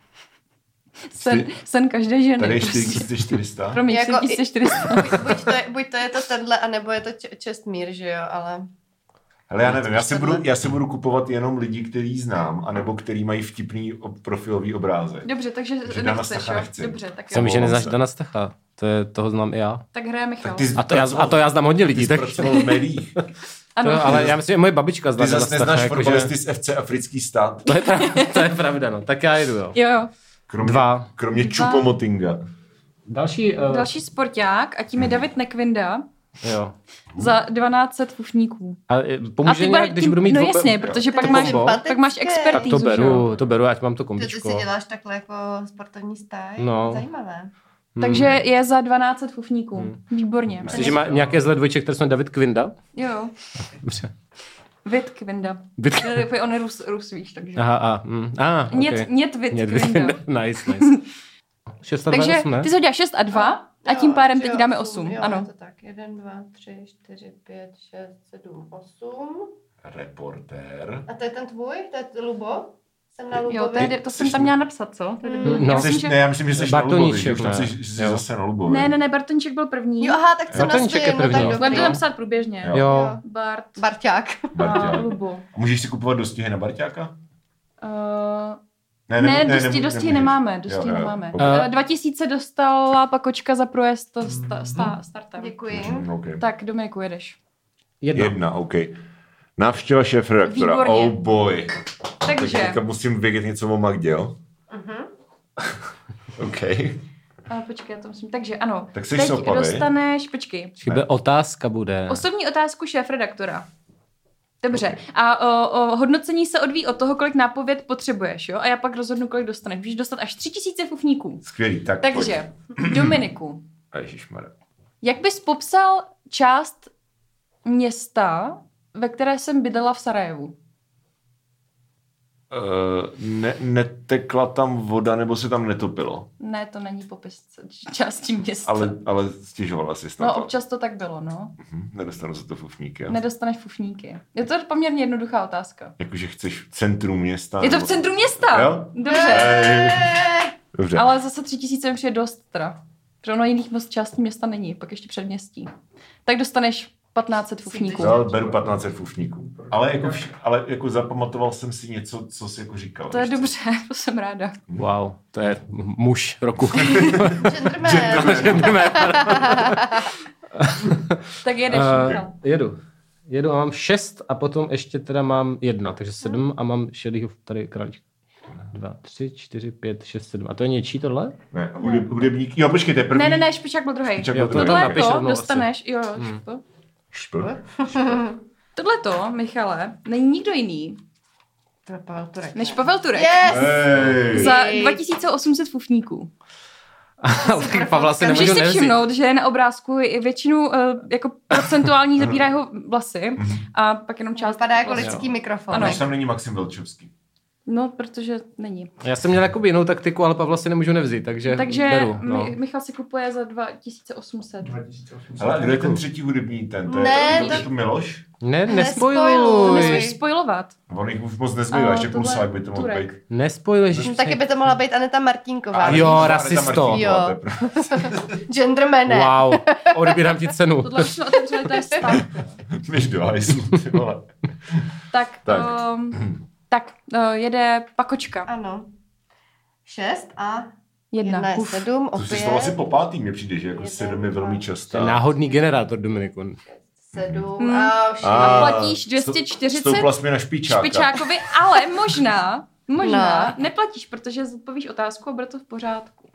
E: Sen,
B: Čty-
E: sen každé ženy.
B: Tady je
E: prostě.
B: 4400.
E: Promiň,
C: Jako i-
E: 4400.
C: Buď, buď, to je, buď to je to tenhle, anebo je to Č- Čestmír, že jo, ale...
B: Hele, já nevím, já si,
C: Sedle.
B: budu, já si budu kupovat jenom lidi, který znám, anebo který mají vtipný ob- profilový obrázek.
E: Dobře, takže
B: Že Dana
E: nechceš,
B: Stacha
E: jo?
B: nechci.
E: Dobře, tak jo.
A: jsem, že
B: Omlouvám
A: neznáš
B: se.
A: Dana Stacha. To je, toho znám i já.
E: Tak hraje Michal.
B: Tak ty jsi
A: A to, já, a to já prostě- znám hodně
B: Ty
A: lidí,
B: jsi
A: tak
B: pracoval
A: <laughs>
B: v médiích.
E: Ano,
A: to, ale já myslím, že moje babička zná
B: Ty
A: Dana
B: zase
A: Stacha.
B: neznáš
A: Jako, že...
B: fotbalisty z FC Africký
A: <laughs>
B: stát.
A: To je pravda, to je pravda, no. Tak já jdu, jo.
E: Jo, jo.
B: Kromě,
A: Dva.
B: kromě
E: Dva.
B: Čupomotinga.
A: Další, uh,
E: Další sporták a tím
A: Mhm.
E: je David Nekvinda
A: Jo.
E: za 1200 fufníků.
A: A eh,
E: A
A: pomůže nějak,
E: ba-
A: když budu mít...
E: no
A: dvou-
E: jasně, protože
C: To
E: pak
C: je
E: máš,
A: kombo.
E: pak máš
C: Sympatické.
A: Tak
E: expertízu.
A: to
E: že
A: beru,
E: jo?
A: to beru, ať mám to
C: Ty, ty
A: kombičko.
C: si děláš takhle jako sportovní stáj?
A: No.
C: Zajímavé.
A: Hmm.
E: Takže je za 1200 fufníků.
A: Hmm.
E: Výborně.
A: Myslíš, že má nějaké zlé dvojček, které jsme David Kvinda?
E: Jo,
A: Dobře.
E: Vit Kvinda.
A: Vit...
E: On je Rus, Rus víš, takže.
A: Aha, a, mm, a, okay.
E: Nět, nět Vit
A: Nět
E: Kvinda.
A: <laughs> nice, nice. 6 a 2,
E: Takže
A: ne?
E: ty jsi hodila 6 a 2 a tím pádem teď dáme 8.
C: Jo,
E: Ano.
C: Je to tak. 1, 2, 3, 4, 5, 6, 7, 8.
B: Reportér.
C: A to je ten tvůj? To je t- Lubo? Jsem na Lubovi?
E: Jo, to, je, to jsem tam měla napsat, co? To je
C: Hmm.
E: dobrý.
A: No.
E: Já myslím,
B: Jsi,
E: že...
B: ne, já myslím, že jsi na Lubovi. že
A: Bartoníček,
B: Už tam
A: ne?
B: jsi, že jsi
A: Jo.
B: zase na Lubovi.
E: Ne, ne, ne, Bartonček byl první.
C: Jo, aha, tak jsem na
A: Bartoníček je
C: svým, no,
A: první,
C: tak
A: no.
E: Budeme
C: dobrý.
E: to tam psát průběžně.
B: Jo.
A: Jo.
E: Bart
C: Barťák.
E: a
B: Barťák.
E: Lubo.
B: A Můžeš si kupovat dostihy na Barťáka?
E: Uh,
B: Ne,
E: ne,
B: nemů-
E: dosti,
B: nemů-
E: dosti
B: nemůžeš.
E: nemáme, dosti
B: Jo, jo.
E: nemáme.
B: Ok.
E: Uh, 2000 dostala pakočka za projezd to sta, sta, startem.
C: Děkuji.
A: Eh.
B: Mm, ok.
E: Tak, Dominiku, jedeš.
A: Jedna.
B: Jedna, OK. Návštěva šéf redaktora.
E: Výborně.
B: Oh boy.
E: Takže,
B: teďka musím vědět něco o Magdě, jo?
C: Mhm.
B: OK.
E: a počkej, já to musím, takže ano.
B: Tak seš
E: Teď
B: z Opavy.
E: dostaneš, počkej,
A: Chybe otázka bude.
E: osobní otázku šéf-redaktora. Dobře, a o, o, hodnocení se odvíjí od toho, kolik nápověd potřebuješ, jo? A já pak rozhodnu, kolik dostaneš. Můžeš dostat až 3000 fufníků.
B: Skvělý, tak
E: Takže, Dominiku,
B: pojď. Ježišmarja.
E: Jak bys popsal část města, ve které jsem bydlela v Sarajevu?
B: Uh, ne, netekla tam voda, nebo se tam netopilo,
E: Ne, to není popis c- části města.
B: ale, ale stěžovala si snad.
E: No, občas to tak bylo, no.
B: Hm, Nedostanu za to fufník, jo?
E: Nedostaneš fufníky. Je to poměrně jednoduchá otázka.
B: Jakože chceš v centru města.
E: Je to v
B: nebo-
E: centru města!
B: Jo?
E: Dobře.
B: Ej. Dobře.
E: Ale zase tři tisíce mi přijde dost, teda. Protože ono jiných moc částí města není, pak ještě předměstí. Tak dostaneš 1500 fufníků.
B: Jo, ale beru 15 fufníků. Ale jako, vš- ale jako zapamatoval jsem si něco, co jsi jako říkal.
E: To je
B: víš co?
E: dobře, <laughs> to jsem ráda.
A: Wow, to je m- muž roku. <laughs>
C: Gentleman.
E: Tak <laughs> jedeš. No.
A: Eh,
E: Michal.
A: jedu. Jedu a mám šest a potom ještě teda mám jedna, takže sedm a mám šedý tady kralička. Dva, tři, čtyři, pět, šest, sedm. A to je něčí tohle?
B: Ne, hudeb, hudebník. Jo, počkej, to je první.
E: Ne, ne, ne, špičák byl druhý.
B: Špičák byl
A: Jo, to
B: druhý.
A: tam
E: Tohle
A: napiš
E: to
A: rovnou asi. <laughs> Hmm.
E: dostaneš, jo, jo, špo.
B: Špl.
E: Tohle to, Michale, není nikdo jiný
C: To je Pavel Turek.
E: než
C: ne?
E: Pavel Turek.
C: Yes!
B: Ej.
E: Za
C: Jej.
E: 2800 fufníků.
A: Pavla si
E: Můžeš
A: nemůžu
E: si
A: nevzít.
E: všimnout, že na obrázku je většinu eh, jako procentuální zabírá jeho vlasy a pak jenom část.
C: Vypadá jako
E: vlasů.
C: lidský mikrofon.
E: Ano.
B: Když Mhm. tam není Maxim Velčovský.
E: No, protože není.
A: Já jsem měl jakoby jinou taktiku, ale Pavla si nemůžu nevzít, takže,
E: Takže
A: beru. No.
E: Mi- Michal si kupuje za 2800.
D: 2800.
B: Ale kdo je ten třetí hudební ten? To je,
C: Ne,
B: to... je
C: to-
B: to Miloš?
A: Ne,
E: To
C: Nespojuj.
A: nespojluj.
E: nesmíš spojovat.
B: On jich už moc nezbývá,
E: A
B: ještě
E: tohle
B: Prusák by to mohl
E: Turek.
B: být.
A: Nespojluj,
C: No,
A: Ježíš.
C: Taky by to mohla být Aneta Martínková.
B: A
A: jo,
B: Aneta
A: rasisto.
B: Martínková,
C: Jo.
B: to je pr-
C: Gendermene.
A: Wow,
C: <laughs>
A: odebírám ti cenu.
E: Tohle už jsme otevřeli, to je stav.
B: <laughs> Než do hajzlu, ty vole.
E: Tak,
B: Tak.
E: ehm, tak eh, jede pakočka.
C: Ano. Šest a
E: Jedna.
C: jedna je
E: Uf.
C: sedm,
B: To jsi
C: opět.
B: stalo asi po pátý, mně přijde, že jako
C: Jeden,
B: sedm je
C: dva.
B: velmi
A: To je
B: častá.
A: náhodný generátor, Dominiku.
C: Sedm.
E: Hmm.
C: A už
E: A platíš 240?
B: Stoupla jsi mi na špičáka.
E: Špičákovi, ale možná, možná
C: No.
E: neplatíš, protože zodpovíš otázku a bude to v pořádku.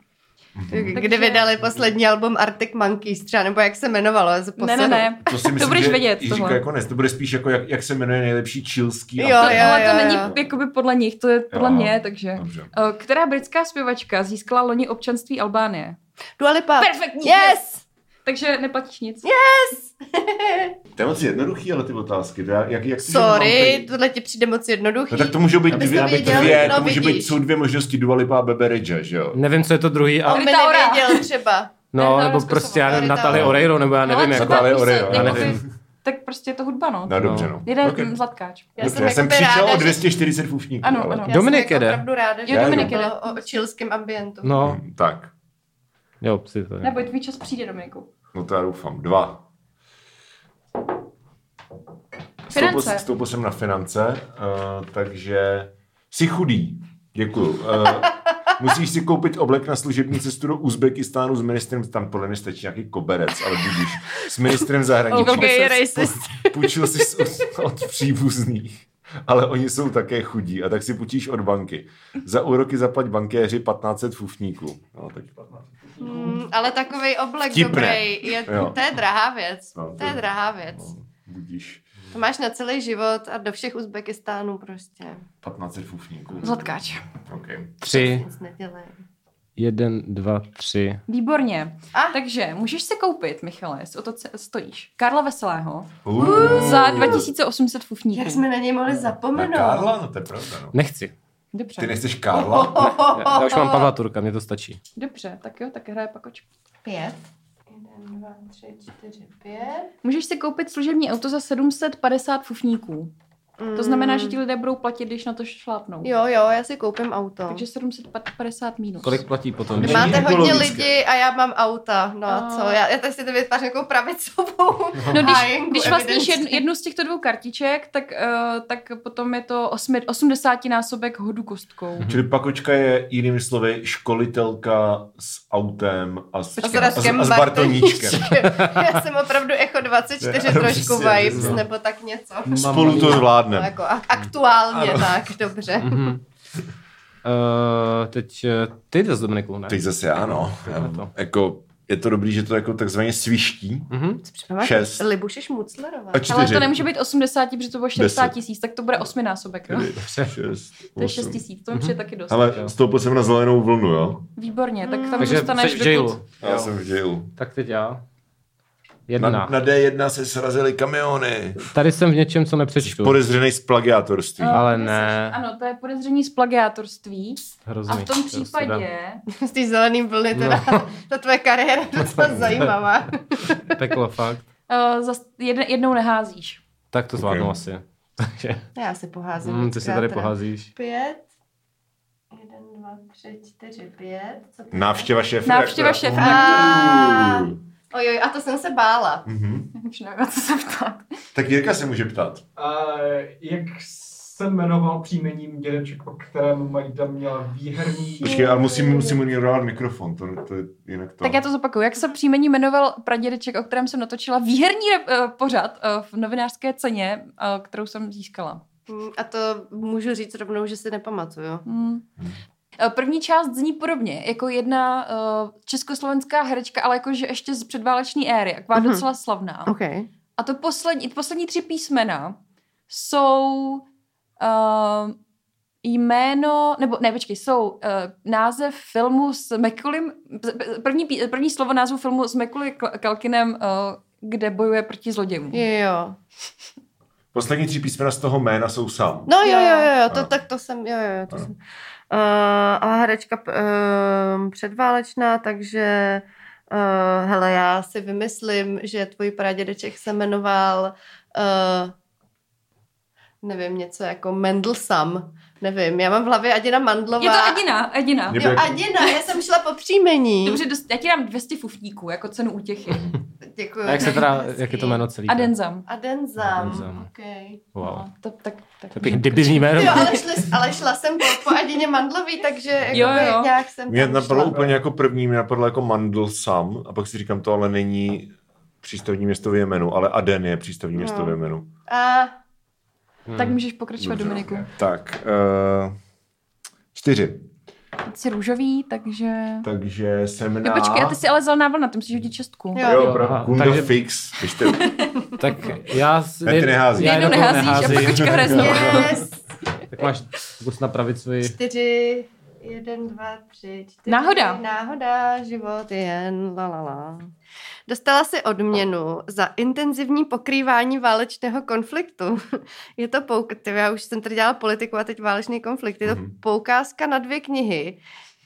B: Mhm.
C: Kdy vydali poslední album Arctic Monkeys třeba, nebo jak se jmenovalo? z
E: Ne, ne,
C: posledu.
E: ne.
B: To si myslím,
E: budeš
B: že
E: vědět,
B: Jiříka
E: tohle.
B: jako ne, to bude spíš jako, jak, jak se jmenuje nejlepší čilský.
C: Jo,
B: autor.
E: To,
C: jo,
E: ale to
C: jo,
E: není
C: jo.
E: jakoby podle nich, to je podle
B: Jo.
E: mě, takže.
B: jako- Dobře.
E: Eh, Která britská zpěvačka získala loni občanství Albánie?
C: Dua Lipa.
E: Perfektní.
C: Yes!
E: Takže neplatíš nic.
B: To je moc jednoduchý, ale ty otázky. To já, jak, jak si, že mám
C: Sorry,
B: tady-
C: tohle ti přijde moc jednoduchý.
B: No tak to můžou být
C: Abys to
B: dvě,
C: věděl,
B: dvě
C: no
B: to může být,
C: vidíš.
B: jsou dvě možnosti Dua Lipa a Bebe Rage, že jo?
A: Nevím, co je to druhý,
C: On
A: ale...
C: by
E: Ritaora.
B: <laughs>
C: nevěděl třeba.
A: No,
E: Ritaora
A: nebo
E: z
A: prostě, já nevím,
C: Kosova.
A: Natalie Oreiro, nebo já nevím,
E: no,
A: jako...
E: třeba
B: Natalie
E: píse-
B: Oreiro, já
E: jakoby-
A: nevím.
E: Tak prostě je to hudba, no.
A: No.
B: No, dobře, no.
E: Jede
B: Ok.
E: okay. zlatkáč.
C: Já
B: Dobře,
C: jsem
B: já jsem
C: jakoby ráda,
B: přišel o
C: že-
B: 240 fufníků.
E: Ano,
B: ale-
E: ano.
C: Já
A: Dominik
C: jsem jako
A: jede.
C: opravdu ráda, že
E: Jo, Dominik
C: to bylo
E: jede.
C: o, o čilském ambientu.
A: No,
B: Hm, Tak,
A: jo, psi to je.
E: Neboj, tvůj čas přijde, Dominiku.
B: no to já doufám. Dva. Stoupil,
E: Finance.
B: stoupil jsem na finance, uh, takže jsi chudý. Děkuju. Uh, musíš si koupit oblek na služební cestu do Uzbekistánu s ministrem, tam podle mě stačí nějaký koberec, ale budíš, s ministrem zahraničí.
C: Okay, racist.
B: Půjčil jsi s- od, od příbuzných, ale oni jsou také chudí a tak si půjčíš od banky. Za úroky zaplať bankéři 1500 fufníků. No, tak,
C: Mm, ale takový oblek
B: Vtipné.
C: dobrý, je,
B: Jo.
C: to je drahá věc.
B: No,
C: To je
B: to-
C: drahá věc.
B: no, budíš
C: To máš na celý život a do všech Uzbekistánů prostě.
B: 1500 fufníků.
E: Zlatkáč.
B: Okay.
A: Tři,
C: Nic nedělej.
A: jeden, dva, tři.
E: Výborně.
C: A.
E: Takže můžeš si koupit, Michale, jestli o to ce- stojíš, Karla Veselého
B: Uh,
E: za 2800 fufníků.
C: Jak jsme na něj mohli
B: Na
C: zapomenout?
B: Karla? No to je pravda, no.
A: Nechci.
E: Dobře,
B: Ty nechceš
E: <laughs>
B: Karla?
C: Oh,
A: Já, já už mám Pavla Turka, mě to stačí.
E: dobře, tak jo, tak hraje pakočku.
C: Pět. Jeden, dva, tři, čtyři, pět.
E: Můžeš si koupit služební auto za 750 fufníků. To znamená, že ti lidé budou platit, když na to šlápnou.
C: Mm. Jo, jo, já si koupím auto.
E: Takže 750 minus.
A: Kolik platí potom?
C: Vy
B: Není
C: máte hodně
B: ekologické.
C: lidí a já mám auta. No a
E: A.
C: co? Já, já tady si to vytvářím jako pravicovou.
E: No, když,
C: hájenku
E: když vlastníš
C: evidenci.
E: jednu, jednu z těchto dvou kartiček, tak, uh, tak potom je to osmi- 80 násobek hodu kostkou.
B: Čili Pakočka je jinými slovy školitelka s autem a s,
C: A s
B: a s,
C: Radkem
B: a s Bartoníčkem.
C: <laughs> Já jsem opravdu Echo 24
B: Já,
C: trošku
B: přesně,
C: vibes,
B: no.
C: nebo tak něco.
B: Spolu to
C: No,
B: zvládneme.
C: jako ak- aktuálně tak, dobře.
A: Mhm. Eh, teď eh, ty jde s Dominikou, ne?
B: Teď zase ano.
A: to.
B: Jako, je to dobrý, že to jako takzvaně sviští.
A: Mhm.
B: Šest.
C: Libuše Šmuclerová.
B: A
E: Ale
B: čtyři.
E: to nemůže být 80, protože to bylo 60
B: Deset.
E: tisíc, tak to bude osminásobek. No? <laughs>
B: Tedy šest,
E: To je
B: osm. Mhm.
E: 6 tisíc, to mi přijde taky dost.
B: Ale stoupil jsem na zelenou vlnu, jo?
E: Výborně, tak tam
A: Takže
E: zůstaneš
A: jsi v jailu.
B: Já jsem v dělu.
A: Tak teď já.
B: Na,
A: Jedna.
B: na D1 se srazily kamiony.
A: Tady jsem v něčem, co nepřečtu.
B: Podezřený z plagiátorství.
E: No,
A: Ale
E: ty jsi-
A: ne.
E: Ano, to je podezření z plagiátorství. A
A: Hrozný. Prostě
E: v tom
A: To se dá.
E: případě
C: Z té zelený vlny teda,
B: No.
C: ta tvoje kariéra je docela
B: <laughs>
C: zajímavá.
A: Peklo, fakt.
E: uh, za jedne, jednou neházíš. <laughs>
A: Tak to zvládnu
B: Ok.
A: asi. Takže,
C: Já si poházím.
A: mm, ty si
C: víckrát
A: tady
C: teda.
A: poházíš.
C: Pět. Jeden, dva, tři, čtyři, pět. Co to je?
B: Návštěva šéfa.
E: Návštěva šéfa.
C: A, Ojoj, a to jsem se bála.
E: Ah.
B: Mhm.
E: Už nevím, na co se ptát.
B: Tak Jirka se může ptát.
D: A jak se jmenoval příjmením dědeček, o kterém Magda měla výherní...
B: Počkej, ale musím, musím mu dávat mikrofon, to, to je jinak to.
E: Tak já to zopakuju. Jak se příjmení jmenoval pradědeček, o kterém jsem natočila výherní rep- eh, pořad eh, v novinářské ceně, eh, kterou jsem získala?
C: Mm, A to můžu říct rovnou, že si nepamatuju.
E: Hmm. Eh, První část zní podobně, jako jedna eh, československá herečka, ale jakože ještě z předválečné éry, taková
C: Mhm.
E: docela slavná.
C: OK.
E: A to poslední, poslední tři písmena jsou uh, jméno, nebo ne, počkej, jsou uh, název filmu s Mekulim, první, pí- první slovo názvu filmu s Mekulim Kalkinem, uh, kde bojuje proti zlodějům.
C: Jo.
B: Poslední tři písmena z toho jména jsou sám.
C: No jo, jo, jo, jo
B: Ano.
C: to, tak to jsem, jo, jo, jo, to
B: Ano.
C: jsem. Uh, a herečka uh, předválečná, takže uh, hele, já si vymyslím, že tvůj pradědeček se jmenoval uh, nevím, něco jako Mendelsam, nevím, já mám v hlavě Adina Mandlová.
E: Je to Adina, Adina.
B: Mě-
C: Jo, Adina, já jsem šla po příjmení.
E: Dobře, dost, já ti dám 200 fufníků jako cenu útěchy.
C: Děkuji.
A: A jak se teda,
C: Hezký.
A: jak je to jméno celý?
E: Adenzam.
C: Adenzam.
A: Adenzam.
C: Okay.
A: Wow.
E: No, to, tak, tak.
A: To je pěkně debilní jméno.
C: Jo, ale, šli, ale šla jsem po, po Adině Mandlový, takže
E: Jo,
C: jakoby
E: jo.
C: nějak jsem
B: Mě
C: tam
B: napadlo
C: šla.
B: úplně jako první, mě napadlo jako mandl sam, a pak si říkám, to ale není přístavní město v Jemenu, ale Aden je přístavní město
C: No.
B: v Jemenu.
C: A
A: Hm.
E: tak můžeš pokračovat,
B: Dobře,
E: Dominiku.
B: Tak, uh, eh, čtyři.
E: jsi růžový, takže...
B: Takže jsem
E: Jo,
B: na...
E: počkej, a ty jsi ale zelená vlna, ty musíš hodit čestku.
C: Jo.
B: Jo,
A: Aha,
B: opravdu. Kunda
A: takže-
B: takže... fix. Pište.
A: Tak já... s-
B: Ne, ty neházíš.
A: já
E: Jednu
A: jenom
E: neházíš a pak kočka hraje
A: No.
E: znovu.
C: Yes.
A: Tak máš zkus napravit svoji...
C: Čtyři, jeden, dva, tři, čtyři.
E: Náhoda.
C: Náhoda, život je jen la, la, la. Dostala si odměnu za intenzivní pokrývání válečného konfliktu. <laughs> Je to pouk... ty, já už jsem tady dělala politiku a teď válečný konflikt. Je to
B: Mhm.
C: poukázka na dvě knihy.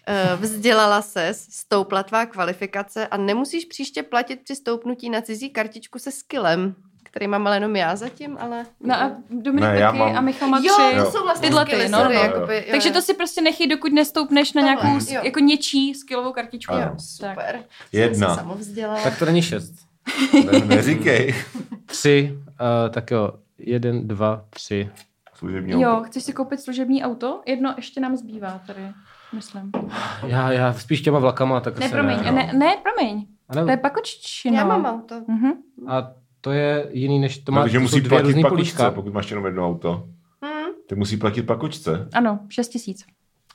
C: Eh, Vzdělala se, stoupla tvá kvalifikace a nemusíš příště platit při stoupnutí na cizí kartičku se skillem, který mám ale jenom já zatím, ale...
E: No a Dominik
B: Ne, já
E: taky
B: mám-
E: a Michal má tři.
C: jo, to
B: Jo.
C: jsou vlastně
E: Tyhle ty,
C: skilly,
E: no,
C: sorry,
B: no.
C: jakoby, jo,
E: Takže
C: jo.
E: to si prostě nechej, dokud nestoupneš na
C: Tohle,
E: nějakou s-
C: jo.
E: jako něčí skillovou kartičku.
B: Ano.
E: Tak.
C: Super.
B: Jedna.
C: Jsem se samovzdělala.
A: Tak to není šest.
B: Ne, neříkej.
A: Tři, uh, tak jo, jeden, dva, tři.
B: Služební
E: Jo,
B: auto.
E: chceš si koupit služební auto? Jedno ještě nám zbývá tady, myslím.
A: Já, já spíš těma vlakama, tak
E: Ne,
A: asi
E: promiň, ne,
A: ne.
E: ne, ne promiň.
A: A,
E: To je
A: ne,
E: pakoččina.
C: Já
A: no.
C: mám auto.
E: Mhm.
A: a to je jiný než to má.
B: No, Takže
A: to jsou
B: musí
A: dvě
B: platit
A: různý
B: pakočce,
A: políčka.
B: pokud máš jenom jedno auto.
C: Hmm.
B: Tak musí platit pakočce.
E: Ano, 6 tisíc.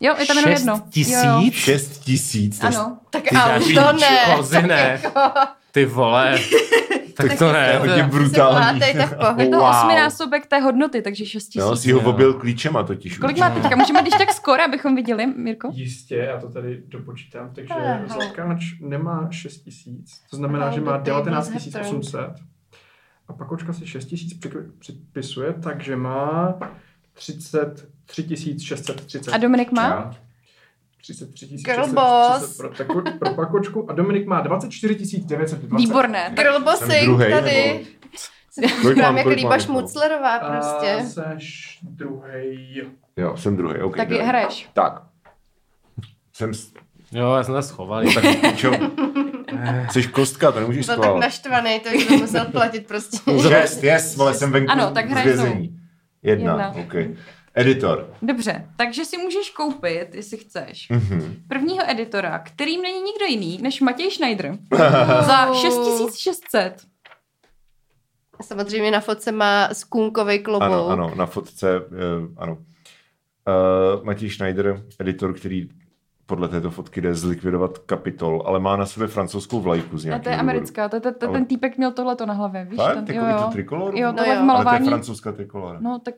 E: Jo, je tam jenom
A: Šest
E: jedno.
A: tisíc?
E: Jo, jo.
B: 6 tisíc. to-
E: Ano.
C: Tak
A: Ty
C: auto
A: další
C: ne.
A: <laughs>
C: jako
A: kozy ne. Ty vole. tak to
B: To je
A: ne.
B: hodně
A: to-
B: brutální.
C: Se plátej, tak pohodě.
E: Je to
B: Wow.
E: osminásobek té hodnoty, takže 6
B: No,
E: tisíc.
B: si ho
A: jo.
B: obil klíčema totiž.
E: Kolik má teďka? Můžeme když tak skoro, abychom viděli, Mirko?
D: Jistě, já to tady dopočítám, takže
C: Aha.
D: zakáč nemá 6 tisíc, to znamená,
C: How
D: že
C: the
D: má
C: tables
D: 19
C: have turned.
D: 800 a pakočka si 6 tisíc připisuje, takže má 33 630.
E: A Dominik má?
B: Já?
D: 33
C: Girl boss.
D: 630 pro, taku, pro pakočku a Dominik má 24 920.
E: Výborné.
B: Jsem
C: Girlbossing
B: druhej,
C: tady.
B: Kolik
C: Mám
B: mám,
C: jak
E: jako
B: kolik
C: Líba
B: mám? jako?
C: Šmuclerová
D: A
C: prostě.
D: seš druhý.
B: Jo, jsem druhý. Okay,
E: Tak
B: dobrý.
E: hraješ.
B: Tak. Jsem s-
A: Jo, já jsem to schoval. <laughs>
B: tak čo? Jsi kostka, to nemůžeš
E: No,
C: Byl tak
B: schválit.
C: naštvaný, to jsem musel platit
B: <laughs>
C: prostě.
B: Šest, yes, vole, jsem venku
E: Ano, tak
B: z
E: hraj
B: vězení. Jedna,
E: Jedna.
B: OK. Editor.
E: Dobře, takže si můžeš koupit, jestli chceš,
B: Mhm.
E: prvního editora, kterým není nikdo jiný než Matěj Schneider. za 6600.
C: A Samozřejmě na fotce má skunkový klobouk.
B: Ano, ano, na fotce, eh, ano. Uh, Matěj Schneider, editor, který podle této fotky jde zlikvidovat kapitol, ale má na sebe francouzskou vlajku z
E: A
B: nějakého
E: to je
B: důvodu.
E: americká, to, to, to,
B: Ale-
E: ten týpek měl tohleto na hlavě, víš?
B: Fakt?
E: ten,
B: Takový to trikolor?
E: jo,
C: No jo.
E: tohle
B: ale
E: v
B: to je
E: malování.
B: francouzská trikolora.
E: No, tak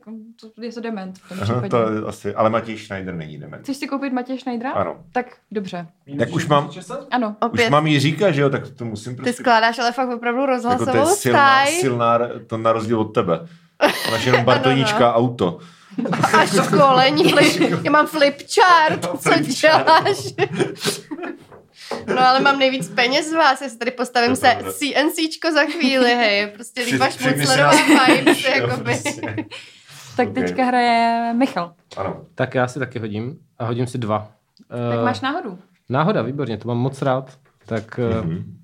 E: to je to dement v tom
B: Aha,
E: případě.
B: to je asi, ale Matěj Schneider není dement.
E: Chceš si koupit Matěj Schneidera?
B: Ano.
E: Tak dobře.
B: Tak už mám-
E: Ano.
B: Už
C: Opět,
B: mám jí říká, že jo, tak to musím
C: ty
B: prostě...
C: skládáš ale fakt opravdu
B: jako to je
C: rozhlasovou
B: silná,
C: stáj
B: silná, to na rozdíl od tebe. Máš
E: <laughs>
B: jenom bartoníčka
E: no.
B: auto.
C: a školení. Flip, já mám flipchart, co
B: Flipchart.
C: děláš? No ale mám nejvíc peněz z vás, já se tady postavím
B: To
C: se
B: je pravda.
C: CNCčko za chvíli, hej. Prostě líba
B: Při- připni si
C: Šmuclerová
B: nás- <laughs>
C: vibes,
B: Jo,
C: jakoby.
B: prostě.
E: Tak
B: Okay.
E: teďka hraje Michal. <laughs>
B: Ano.
A: Tak já si taky hodím. A hodím si dva.
E: Tak
A: Eh,
E: máš náhodu.
A: Náhoda, výborně, to mám moc rád. Tak eh,
B: Mhm.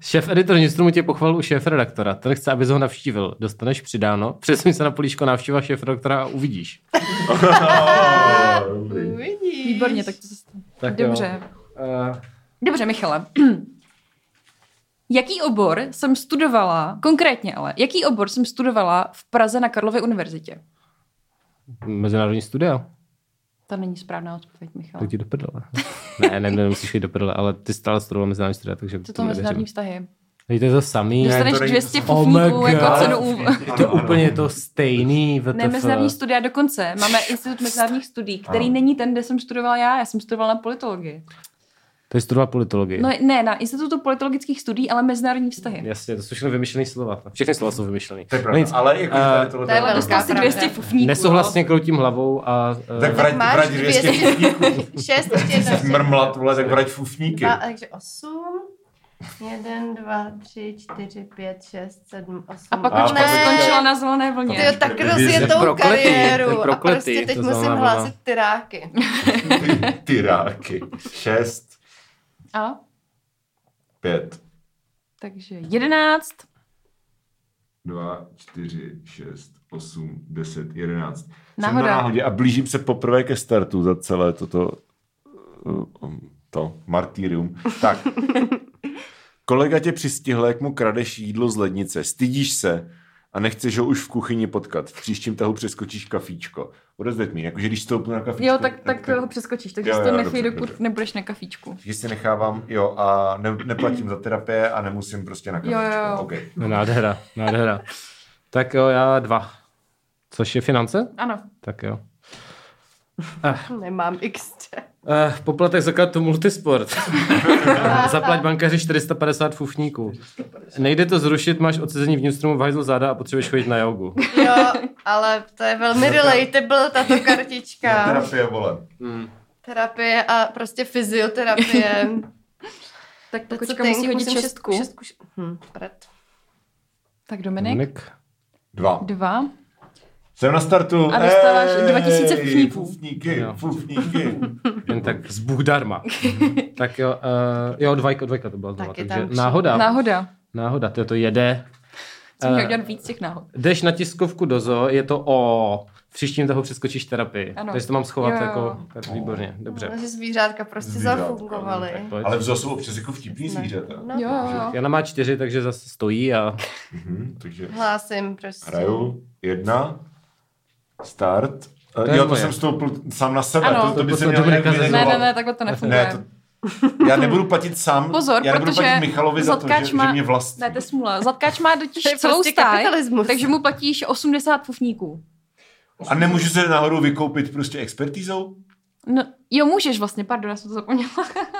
A: Šéf editor newsroomu tě pochvalil u šéf redaktora. Ten chce, abys ho navštívil. Dostaneš přidáno. Přesuň se na políčko návštěva šéf redaktora a uvidíš.
B: <laughs> Dobrý.
C: Uvidíš.
E: Výborně, tak to se stane.
A: Tak jo.
E: Dobře.
A: Uh,
E: Dobře, Michale. <clears throat> Jaký obor jsem studovala, konkrétně ale, jaký obor jsem studovala v Praze na Karlově univerzitě?
A: mezinárodní studia.
E: To není správná odpověď, Michale.
A: Tak ti do prdele. No. <laughs> ne, ne, nemusíš jít do prdele, ale ty stále studoval mezinárodní studia, takže
E: Co to
A: tomu
E: mezinárodní
A: nevěřím.
E: vztahy?
A: Teď to je to samý.
B: Ne,
E: Dostaneš
B: to není-
E: 200
A: Oh my
E: fufníků jako
A: God.
E: cenu úv...
A: <laughs> To je
B: Ano, ano.
A: úplně to stejný. VTF.
E: Ne, mezinárodní studia dokonce. Máme Institut mezinárodních studií, který
B: Ano.
E: není ten, kde jsem studovala já. Já jsem studovala na politologii.
A: To je studoval politologii.
E: No ne, na Institutu politologických studií, ale mezinárodní vztahy.
A: Jasně, to jsou všechno vymyšlené slova. Všechny slova jsou vymyšlené.
B: To je pravda, ale jako tady tohle...
C: to je
E: Ale dostal si
C: Velká
E: 200
C: pravda.
E: fufníků.
A: Nesouhlasně
E: jo.
A: kroutím hlavou a... eh,
B: Tak vrať,
C: Tak máš
B: vrať 200 fufníků.
C: Šest, ještě
B: Chceš
C: jedno.
B: mrmlat, vole, tak vrať fufníky.
C: Dva, takže osm. Jeden, dva, tři, čtyři, pět, šest, sedm, osm.
E: A pak
B: A
E: už
B: pak-
E: skončila na zelené vlně.
C: Ty tak
A: Jste
C: rozjetou
A: prokletý,
C: kariéru
A: jste
C: a
A: prokletý,
C: prostě teď
A: to
C: musím
A: znamená.
C: hlásit tyráky.
B: Ty- Ty ráky. Šest,
E: A?
B: pět,
E: Takže jedenáct.
B: dva, čtyři, šest, osm, deset, jedenáct. Jsem na
E: Náhoda.
B: náhodě a blížím se poprvé ke startu za celé toto eh, to martýrium.
E: <laughs>
B: Tak. Kolega tě přistihl, jak mu kradeš jídlo z lednice. Stydíš se. a nechceš ho už v kuchyni potkat. V příštím tahu přeskočíš kafíčko. What does that mean? Jakože když stoupnu na kafíčko...
E: Jo, tak, tak ho přeskočíš, takže
B: Jo,
E: si
B: jo,
E: to nechej,
B: dobře,
E: dokud
B: dobře.
E: nebudeš na kafíčku.
B: že si nechávám, jo, a ne, neplatím za terapie a nemusím prostě na
E: Jo, jo, jo.
B: kafíčko. Okay.
A: No, nádhera, nádhera. tak jo, já dva. Což je finance?
E: Ano.
A: Tak jo.
C: Nemám XT.
A: Eh, poplatek za kartu
B: <laughs>
A: Multisport. Zaplať bankaři 450 fufníků. Nejde to zrušit, máš odcizení vnitřnímu v hajzlu záda a potřebuješ chodit na jogu.
C: Jo, ale to je velmi
B: <laughs>
C: relatable, tato kartička.
B: Terapie, vole.
C: Terapie a
B: <laughs>
C: prostě fyzioterapie.
E: Tak
C: To, co
E: pokočka
C: tenky,
E: musí hodit
C: musím
E: šestku.
C: šestku, šestku. Hm, prd.
E: Tak Dominik,
B: Dva.
E: dva.
B: Jsem na startu.
E: A dostáváš
B: Ej,
E: 2000 fufníků.
B: Fufníky,
A: No Jo. <laughs>
B: fufníky.
A: Jen tak zbůh darma. tak jo, uh, jo dvajka, dvajka to byla znova.
C: Tak je
A: Takže
C: tam při-
A: náhoda.
E: Náhoda.
A: Náhoda, to, je to jede.
E: Co měl
A: Eh,
E: dělat víc těch náhod?
A: Jdeš na tiskovku do zoo, je to o... V příštím toho přeskočíš terapii.
E: Ano.
A: Takže to mám schovat
E: Jo, jo,
A: jako...
E: jo.
A: Tak výborně, dobře.
C: Dobře. Zvířátka prostě
B: Zvířátka,
A: Tak
C: zafungovaly.
A: pojď.
B: Ale vzal jsou občas jako vtipný zvířata.
C: No,
E: Jo, jo, jo.
A: Jana má čtyři, takže zase stojí a
B: Mhm, takže
C: Hlásím prostě.
B: hraju. Jedna. Start.
A: To
B: Eh,
A: je
B: Jo, to
A: moje.
B: jsem stoupil sám na sebe.
E: Ano.
B: To, to by
A: To
B: se
A: to
B: měl
A: Dominika
B: nějak
A: zezvala.
E: Ne, ne,
B: vyregulovat.
E: ne, takhle to nefunguje.
B: Ne, to, já nebudu platit sám.
E: Pozor,
B: já nebudu
E: protože
B: platit Michalovi za to, že,
E: Zlatkáč
B: že
E: má-
B: mě vlastní.
E: Ne, to je smula. Zlatkáč má
C: To je
E: totiž
C: prostě
E: celou stáj,
C: kapitalismus.
E: takže mu platíš 80 fufníků.
B: A nemůžu se náhodou vykoupit prostě expertízou?
E: No, jo, můžeš vlastně, pardon, já jsem to zapomněla.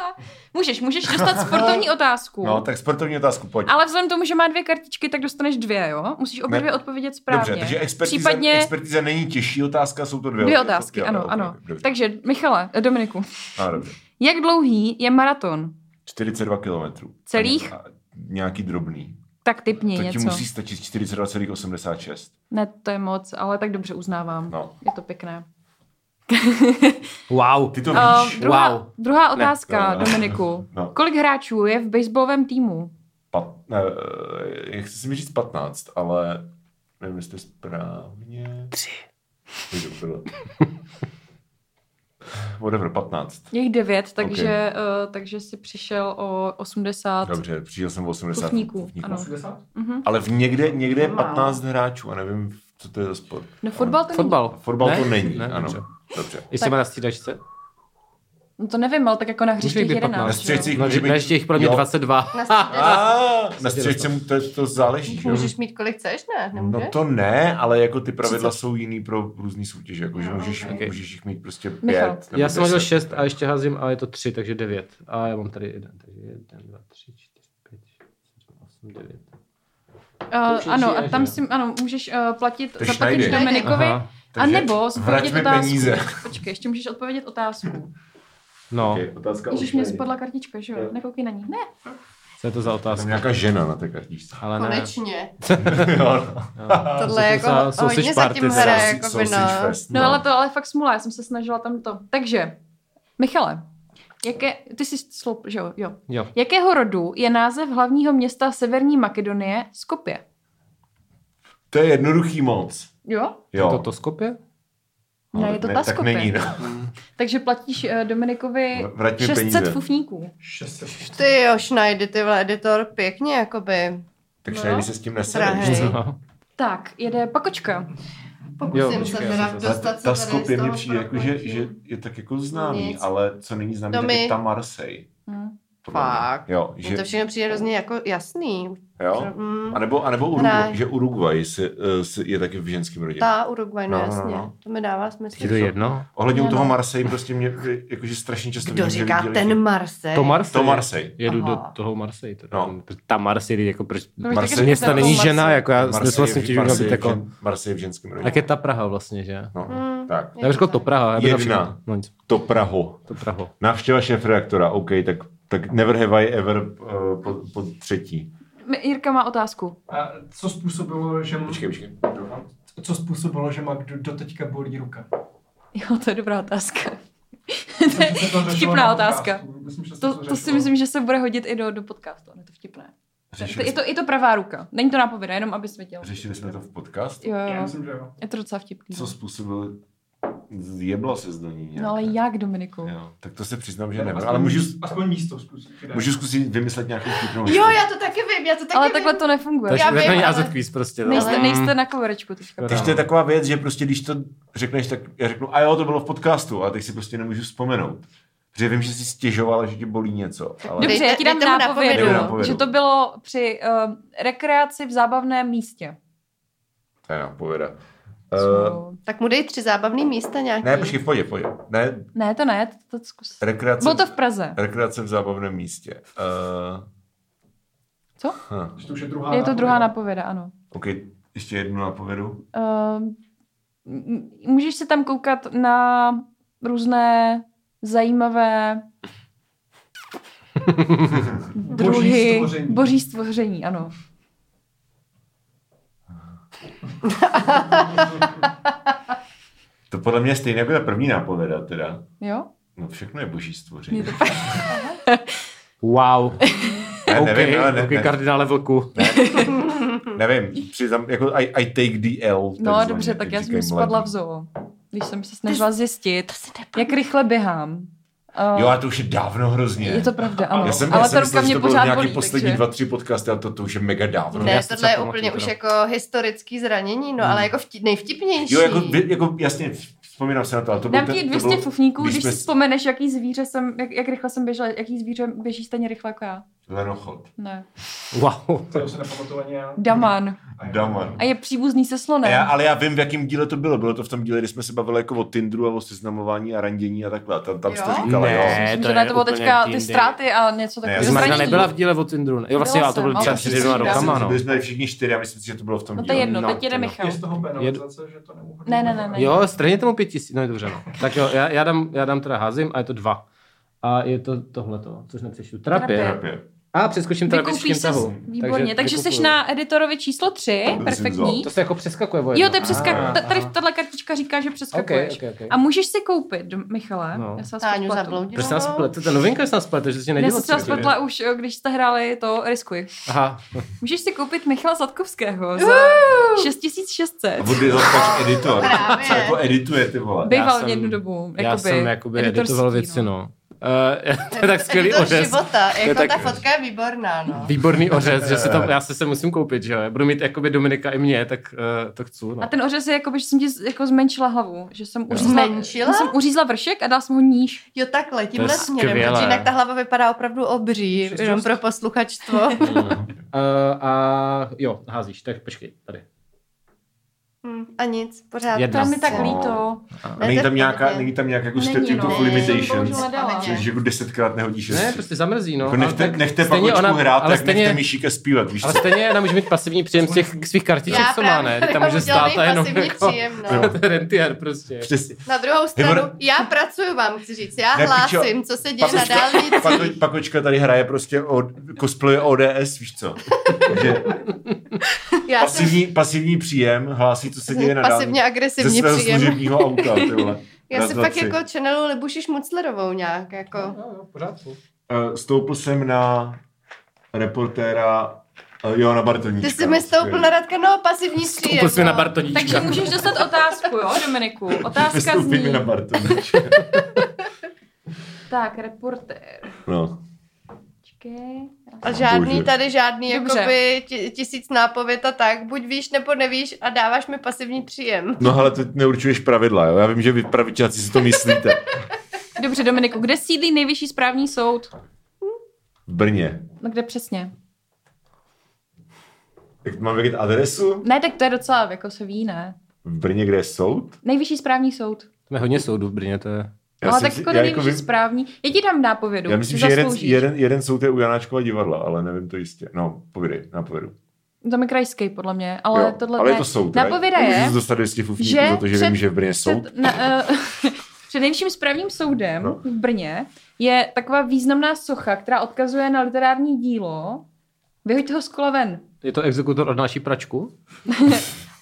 E: <laughs> můžeš, můžeš dostat <laughs> sportovní otázku.
B: No, tak sportovní otázku, pojď.
E: Ale vzhledem k tomu, že má dvě kartičky, tak dostaneš dvě, jo? Musíš obě
B: Ne.
E: dvě odpovědět správně.
B: Dobře, takže expertíza,
E: Případně
B: expertíza není těžší otázka, jsou to dvě,
E: dvě otázky,
B: Jo,
E: ano,
B: jo, ok,
E: ano.
B: Dobře.
E: Takže, Michale, eh, Dominiku,
B: A, dobře.
E: jak dlouhý je maraton?
B: 42 kilometrů.
E: Celých?
B: A Nějaký drobný.
E: Tak typni
B: To ti
E: něco.
B: musí stačit 42,86.
E: Ne, to je moc, ale tak dobře uznávám.
B: No.
E: Je to pěkné.
A: wow.
B: Ty to
E: Uh,
B: víš?
E: druhá,
A: Wow.
E: druhá otázka,
B: No Ne, ne, ne.
E: Dominiku.
B: Um, No.
E: Kolik hráčů je v baseballovém týmu?
B: Pat, ne, eh, chci si mi říct 15, ale nevím, jestli to je správně. Tři. To bylo. <laughs> Whatever, 15.
E: Je jich devět, takže, uh, takže si přišel o 80.
B: Dobře, přišel jsem o 80
E: Kufníků, ano.
D: 80?
E: Mhm.
B: Ale v někde, někde je
D: Málo.
B: 15 hráčů a nevím, co to je za sport.
E: No fotbal to není.
A: Fotbal.
B: Fotbal
A: ne?
B: to není,
A: ne,
B: ano.
A: Dobře.
B: Dobře.
A: Jestli má na střídačce?
E: No to nevím, ale tak jako na hřiště
A: Může jich
E: jich
A: být
E: 11.
A: patnáct.
B: Na
E: že jo?
B: střelcích
A: No,
B: může
A: že
B: být...
A: ještě jich pro mě
B: jo.
A: 22.
C: Na středě.
B: Ah, na
A: Střelci
B: střelce mu to, to záleží. že jo?
C: Můžeš mít kolik chceš, ne? Nemůžeš?
B: No to ne, ale jako ty pravidla jsou jiný pro různý soutěže, jako že můžeš,
A: okay.
B: můžeš jich mít prostě pět.
E: No, Michal.
B: nebo
A: Já jsem hodil
B: deset,
A: 6
B: tak.
A: a ještě házím a je to 3, takže 9. A já mám tady 1, takže 1, 2, 3, 4, 5, 6, 8, 9.
E: Uh, ano, a
A: až,
E: tam
A: jo.
E: si ano, můžeš uh, platit,
B: Ty
E: zaplatit
B: Schneider.
E: Dominikovi,
A: Aha,
E: a
B: takže
E: nebo
B: vrať
E: odpovědět
B: mi
E: otázku.
B: peníze.
E: Počkej, ještě můžeš odpovědět otázku.
A: No,
B: Okay, otázka
E: Ježíš,
B: od
E: mě
B: Šnajdera.
E: spadla kartička, že jo? Nekoukej na ní. Ne,
A: co je to za
B: Tam
A: otázka?
B: nějaká žena na
A: <laughs>
B: té kartičce.
A: Ale ne.
C: Konečně.
B: jo, no.
C: Tohle je jako
A: Sausage
C: hodně zatím
A: party,
C: hra,
B: Sausage-
C: jako by
B: sausage
C: no.
B: fest,
E: No, no ale to ale fakt smula, já jsem se snažila tam to. Takže, Michale, jaké, ty jsi sloup, že jo, jo.
A: Jo.
E: Jakého rodu je název hlavního města Severní Makedonie Skopje?
B: To je jednoduchý moc.
E: Jo?
A: Je
B: Jo.
A: to to skopě?
E: Ne, je to ta
B: tak
E: Skopje.
B: není, no.
E: Takže platíš eh, Dominikovi
B: Vrať mi
E: 600
B: peníze.
E: fufníků.
D: 600.
C: Ty jo, Schneidy, ty vole, editor, pěkně, jakoby.
B: Tak
E: No.
B: Schneider se s tím nesedeš.
C: Drahej.
A: No.
E: Tak, jede Pakočka.
C: Pokusím
A: Jo,
C: se
A: počkej, já
C: teda
A: jsem se-
B: Ta,
C: dostat se
B: ta
C: tady z
B: Skopje mi
C: toho
B: přijde, jako, že,
C: proplatí.
B: že je tak jako známý,
C: Nic.
B: ale co není
E: No
B: známý, tak
C: Domy.
B: je ta Marseille.
E: Hm.
B: podle mě.
C: Fakt?
B: Jo,
C: Mně
B: že,
C: to všechno přijde hrozně jako jasný.
B: jo?
C: Mm,
B: A nebo, a nebo
C: Ne.
B: Uruguay, že Uruguay se, eh, se, je taky v ženském rodě.
C: ta Uruguay, no,
B: No, no,
C: jasně.
B: no.
C: To mi dává smysl.
A: Je to jedno?
B: Ohledně
E: No,
B: u
E: no.
B: toho Marseille prostě mě jakože strašně často
C: Kdo
B: vidím, že
C: říká
B: lidi dělají
C: ten
B: chyby.
C: Marseille?
A: To Marseille.
B: To Marseille.
A: Jedu do
C: Aha.
A: toho Marseille. Teda.
B: No.
A: No. Ta Marseille, jako proč...
E: No,
B: Marseille-
E: takže
A: Města
E: řeknete
A: není
E: tomu
A: žena,
E: Marseille.
A: jako já
B: Marseille
A: vlastně
B: je-
A: těžu na být
B: Marseille je v
A: jako...
B: žen- Marseille je v ženském rodě.
A: Jak je ta Praha vlastně, že?
B: No,
C: Mm.
B: tak.
A: Já bych řekl to Praha. Já bych
B: Jediná.
A: například- No nic,
B: To Praho.
A: to Praho.
B: Návštěva šéfredaktora, OK, tak, tak never have I ever uh, po, po třetí.
E: M- Jirka má otázku.
D: A co způsobilo, že,
B: Počkej, počkej.
D: co způsobilo, že má kdo doteďka bolí
E: <laughs>
D: ruka?
E: <laughs> Jo, to je dobrá otázka.
D: Myslím, že se to řešilo
E: vtipná
D: na
E: otázka.
D: podcastu. Myslím, že se
E: <laughs> To, to si
D: řešilo.
E: myslím, že se bude hodit i do, do podcastu, on je to vtipné. To, je, to, je to pravá ruka. Není to nápověda, jenom abys věděl.
B: Řešili jsme to v podcastu?
E: Jo,
D: Já
E: jo.
D: myslím, že jo.
E: Je to docela vtipný.
B: Co způsobilo? Zjebla se z do ní nějak.
E: No ale jak, Dominiku?
B: Jo, tak
C: vlastně-
B: to se přiznám, že nevím,
D: Aspoň-
B: ale můžu,
D: Aspoň místo zkusit.
B: můžu zkusit vymyslet nějakou chytnou
C: Jo, já to taky vím, vím, já to taky
E: ale
C: vím.
E: takhle to nefunguje.
C: Takže- Já
A: to
C: vím,
A: není
C: ale-
A: AZ quiz prostě. no.
E: Nejste,
C: Ale-
E: nejste na koverečku teďka.
A: Škoda.
B: Teď to je taková věc, že prostě když to řekneš, tak já řeknu, a jo, to bylo v podcastu, a teď si prostě nemůžu vzpomenout. Protože vím, že jsi stěžovala, že ti bolí něco. Ale...
E: Dobře, já ti dám
C: Dejte- dejte mu
E: nápovědu,
B: nápovědu. Dejte mu nápovědu.
E: že to bylo při uh, rekreaci v zábavném místě.
B: To je nápověda. Uh,
E: Uh,
C: Tak mu dej tři zábavný místa nějaký.
B: ne, počkej, pojď, pojď. Ne,
E: ne, to ne, to, to zkus.
B: rekreace,
E: Bylo to v Praze.
B: rekreace v zábavném místě. Uh,
E: Co?
B: huh.
D: Že to už je druhá
E: Je
B: no,
E: to druhá
D: nápověda.
E: nápověda, ano.
B: OK, ještě jednu nápovědu.
E: Uh, můžeš se tam koukat na různé
B: <laughs>
E: zajímavé druhy.
D: stvoření.
E: Boží stvoření, ano.
B: To podle mě je stejné jako ta první nápověda teda.
E: Jo?
B: No všechno je boží stvoření.
E: Mě to
A: Wow.
B: <laughs> Ne,
A: OK,
B: nevím, ale ne,
A: OK,
B: ne,
A: kardinále vlku.
B: nevím. Přizam, jako I, I take the L.
E: No
B: takzvaně,
E: dobře,
B: jak
E: tak já jsem
B: říkají
E: spadla v
B: mladí.
E: zoo, když jsem se snažila zjistit, jak rychle běhám. Eh,
B: Jo, a to už je dávno hrozně.
E: je to pravda, ano.
B: Já jsem,
E: Ale
B: já jsem
E: ta ruka
B: myslel, že
E: mě
B: to bylo
E: pořád
B: nějaký
E: bolí.
B: poslední
E: takže-
B: dva, tři podcasty, ale to, to už je mega dávno.
A: já
C: Ne,
A: si
C: tohle
A: třeba
C: je
A: pamatuju,
C: úplně už
A: teda.
C: jako historický zranění, no ale jako vtip, nejvtipnější.
B: Hmm. Jo, jako, vě- jako jasně, vzpomínám se na to, ale to
E: Dám
B: byl
E: ti
B: ten-
E: 200
B: to bylo,
E: fufníků,
B: když
E: když si
B: jsme-
E: vzpomeneš, jaký zvíře jsem, jak, jak rychle jsem běžela, jaký zvíře běží stejně rychle jako já.
B: Lenochod,
E: Ne.
A: Wow.
D: To se nepamatuju ani já.
E: Daman.
B: Daman.
E: A je příbuzný se
B: A
E: slonem.
B: já, ale já vím, v jakém díle to bylo. Bylo to v tom díle, kdy jsme se bavili jako o Tinderu a o seznamování a randění a takhle. Tam, tam jsi to
C: Jo?
B: říkala, jo.
A: Ne,
E: Myslím,
A: to
E: že
A: je
E: ne, to bylo
A: úplně
E: teďka ty
A: jindy.
E: ztráty a něco
B: já
E: takového.
A: Já jsem možná
E: Zranění.
A: nebyla v díle o Tindru. Jo, vlastně
E: Byla
A: já to byl
E: jsem,
A: třeba
E: ale
A: před
E: jsem
A: dvěma
E: si dala.
B: Já jsem,
A: rokama,
B: no.
A: no.
B: Byli jsme tady všichni čtyři a myslím si, že to bylo v tom
E: No to je
B: díle.
E: jedno,
A: No,
E: teď jede
A: to no.
E: Michal.
D: Je z toho penalizace, že to neuhodí.
E: Ne, ne, ne, ne.
A: Jo, strhně tomu pět tisíc, no je dobře, no. Tak jo, já, já, dám, já dám teda házím a je to dva. A je to tohleto, což nepřešlu. Terapie.
E: Terapie.
B: Terapie.
A: A přeskočím
E: Vykoušíš
A: terapeutickým
E: se,
A: tahu.
E: výborně. Takže jsi
A: vykupuju.
E: na editorovi číslo 3,
B: jsem
E: perfektní.
A: To se jako přeskakuje o
E: Jo,
A: jedno.
E: to je přeska...
A: Aha,
E: ta- tady
A: aha.
E: tahle kartička říká, že
A: Ah. OK,
E: přeskakuješ.
A: OK, OK.
E: A můžeš si koupit, Michale,
A: No.
E: já se vás
C: Táňu
E: popletu.
C: zabloudila.
A: Proč jsi Prostě nás splet? To je novinka, že jsi nás splet, že jsi tě
E: Já
A: nedělal.
E: jsem se
A: předtím.
E: spletla už, eh, když jste hráli to Riskuj.
A: Aha,
E: Můžeš si koupit Michala Zadkovského za 6600.
B: A bude zapač editor.
C: Právě.
B: Co jako edituje, ty vole.
A: By-
E: Býval
A: jsem-
E: jednu dobu. Jakoby,
A: já jsem jakoby editoval
E: editorský,
A: věci, no. <laughs> Eh, to je tak skvělý
C: Editor
A: ořez.
C: života,
A: je
C: jako
A: tak-
C: ta fotka je výborná, no.
A: Výborný ořez, že se <laughs> to, já se, se musím koupit, že jo. Já Budu mít jakoby Dominika i mě, tak eh, to chci, no.
E: A ten ořez je jako, že jsem ti z- jako zmenšila hlavu. Že jsem uřízla,
C: Zmenšila?
E: jsem uřízla vršek a dala jsem ho níž.
C: Jo, takhle, tímhle
A: je
C: směrem,
A: skvělé.
C: protože jinak ta hlava vypadá opravdu obří,
D: Přesně.
C: jenom pro posluchačstvo.
B: <laughs>
A: Eh, a jo, házíš, tak počkej, tady.
C: Hm, A nic, pořád.
A: Jedna.
E: To je mi tak
B: No.
E: líto.
B: A není tam nějaká,
C: Pohodě.
B: není tam nějak jako
E: Není,
B: statute
E: no.
B: of
E: Ne,
B: limitations.
E: bohužel nedala.
B: Což jako desetkrát nehodíš.
A: Ne,
B: jestli-
A: prostě zamrzí, no.
B: Jako
A: ale
B: nechte,
A: tak
B: nechte
A: stejně
B: pakočku hrát,
A: ale
B: tak
A: stejně,
B: nechte myšíka zpívat, víš
A: Ale
B: co?
A: stejně ona může mít pasivní příjem z těch svých kartiček, co má, ne? Tam může stát a jenom jako...
C: příjem, no.
A: <laughs> To je rentier prostě.
B: Přesně.
C: Na druhou stranu,
B: Nebo-
C: já pracuji, vám chci říct. Já
B: Ne,
C: ne,
B: pičo,
C: hlásím, co se děje na
B: pakočka-
C: dálnici.
B: Pako- Pakočka tady hraje prostě o cosplay ODS, víš co? Že
C: Já jsem
B: pasivní, pasivní příjem hlásí, co se děje na
C: pasivně
B: dálnici. Ze
C: agresivní
B: svého
C: příjem.
B: služebního auta, ty <laughs> vole.
C: Já
B: Raz,
C: si
B: dva,
C: pak
B: tři.
C: jako channelu Libuši Šmuclerovou nějak,
B: No,
C: jako.
A: Jo, jo, pořádku.
B: Eh, Stoupl jsem na reportéra eh, Johana Bartoníčka.
C: Ty jsi mi stoupil na Radka, no pasivní příjem.
A: Stoupil jsi mi prostě na
C: no.
E: Takže
A: Bartoníčka.
E: můžeš dostat otázku, jo, Dominiku? Otázka
B: Stoupil mi
E: zní.
B: na <laughs> Bartoníčka.
E: Tak, reportér.
B: No.
E: Počkej. já
C: A žádný
B: Bože.
C: tady, žádný
E: Dobře.
C: jakoby ti- tisíc nápověd a tak. Buď víš, nebo nevíš a dáváš mi pasivní příjem.
B: No ale teď neurčuješ pravidla, jo? Já vím, že vy pravičáci si to myslíte.
E: Dobře, Dominiku, kde sídlí nejvyšší správní soud?
B: V Brně.
E: No kde přesně?
B: Tak mám vědět adresu?
E: Ne, tak to je docela, jako se ví, ne?
B: V Brně, kde je soud?
E: Nejvyšší správní soud.
A: Máme hodně soudů v Brně, to je...
E: Já no,
B: jsem
E: tak
B: si-
E: jako
B: já
E: není jako
B: vím-
E: správní. Já ti dám nápovědu.
B: Já myslím,
E: si
B: že jeden,
E: zasloužíš.
B: jeden, jeden soud je u Janáčkova divadla, ale nevím to jistě. No, povídej, napovědu.
E: To je krajský, podle mě, ale
B: jo,
E: tohle
B: ale
E: ne.
B: je to soud,
E: Nápověda
B: ne?
E: je,
B: Můžu dostat 200 fufníků
E: že
B: za to, že
E: před-
B: vím, že v Brně je soud.
E: před, na, uh, <laughs> před nejvyšším správním soudem
B: No.
E: no. v Brně je taková významná socha, která odkazuje na literární dílo. Vyhoďte ho z kola ven.
A: Je to exekutor od naší pračku?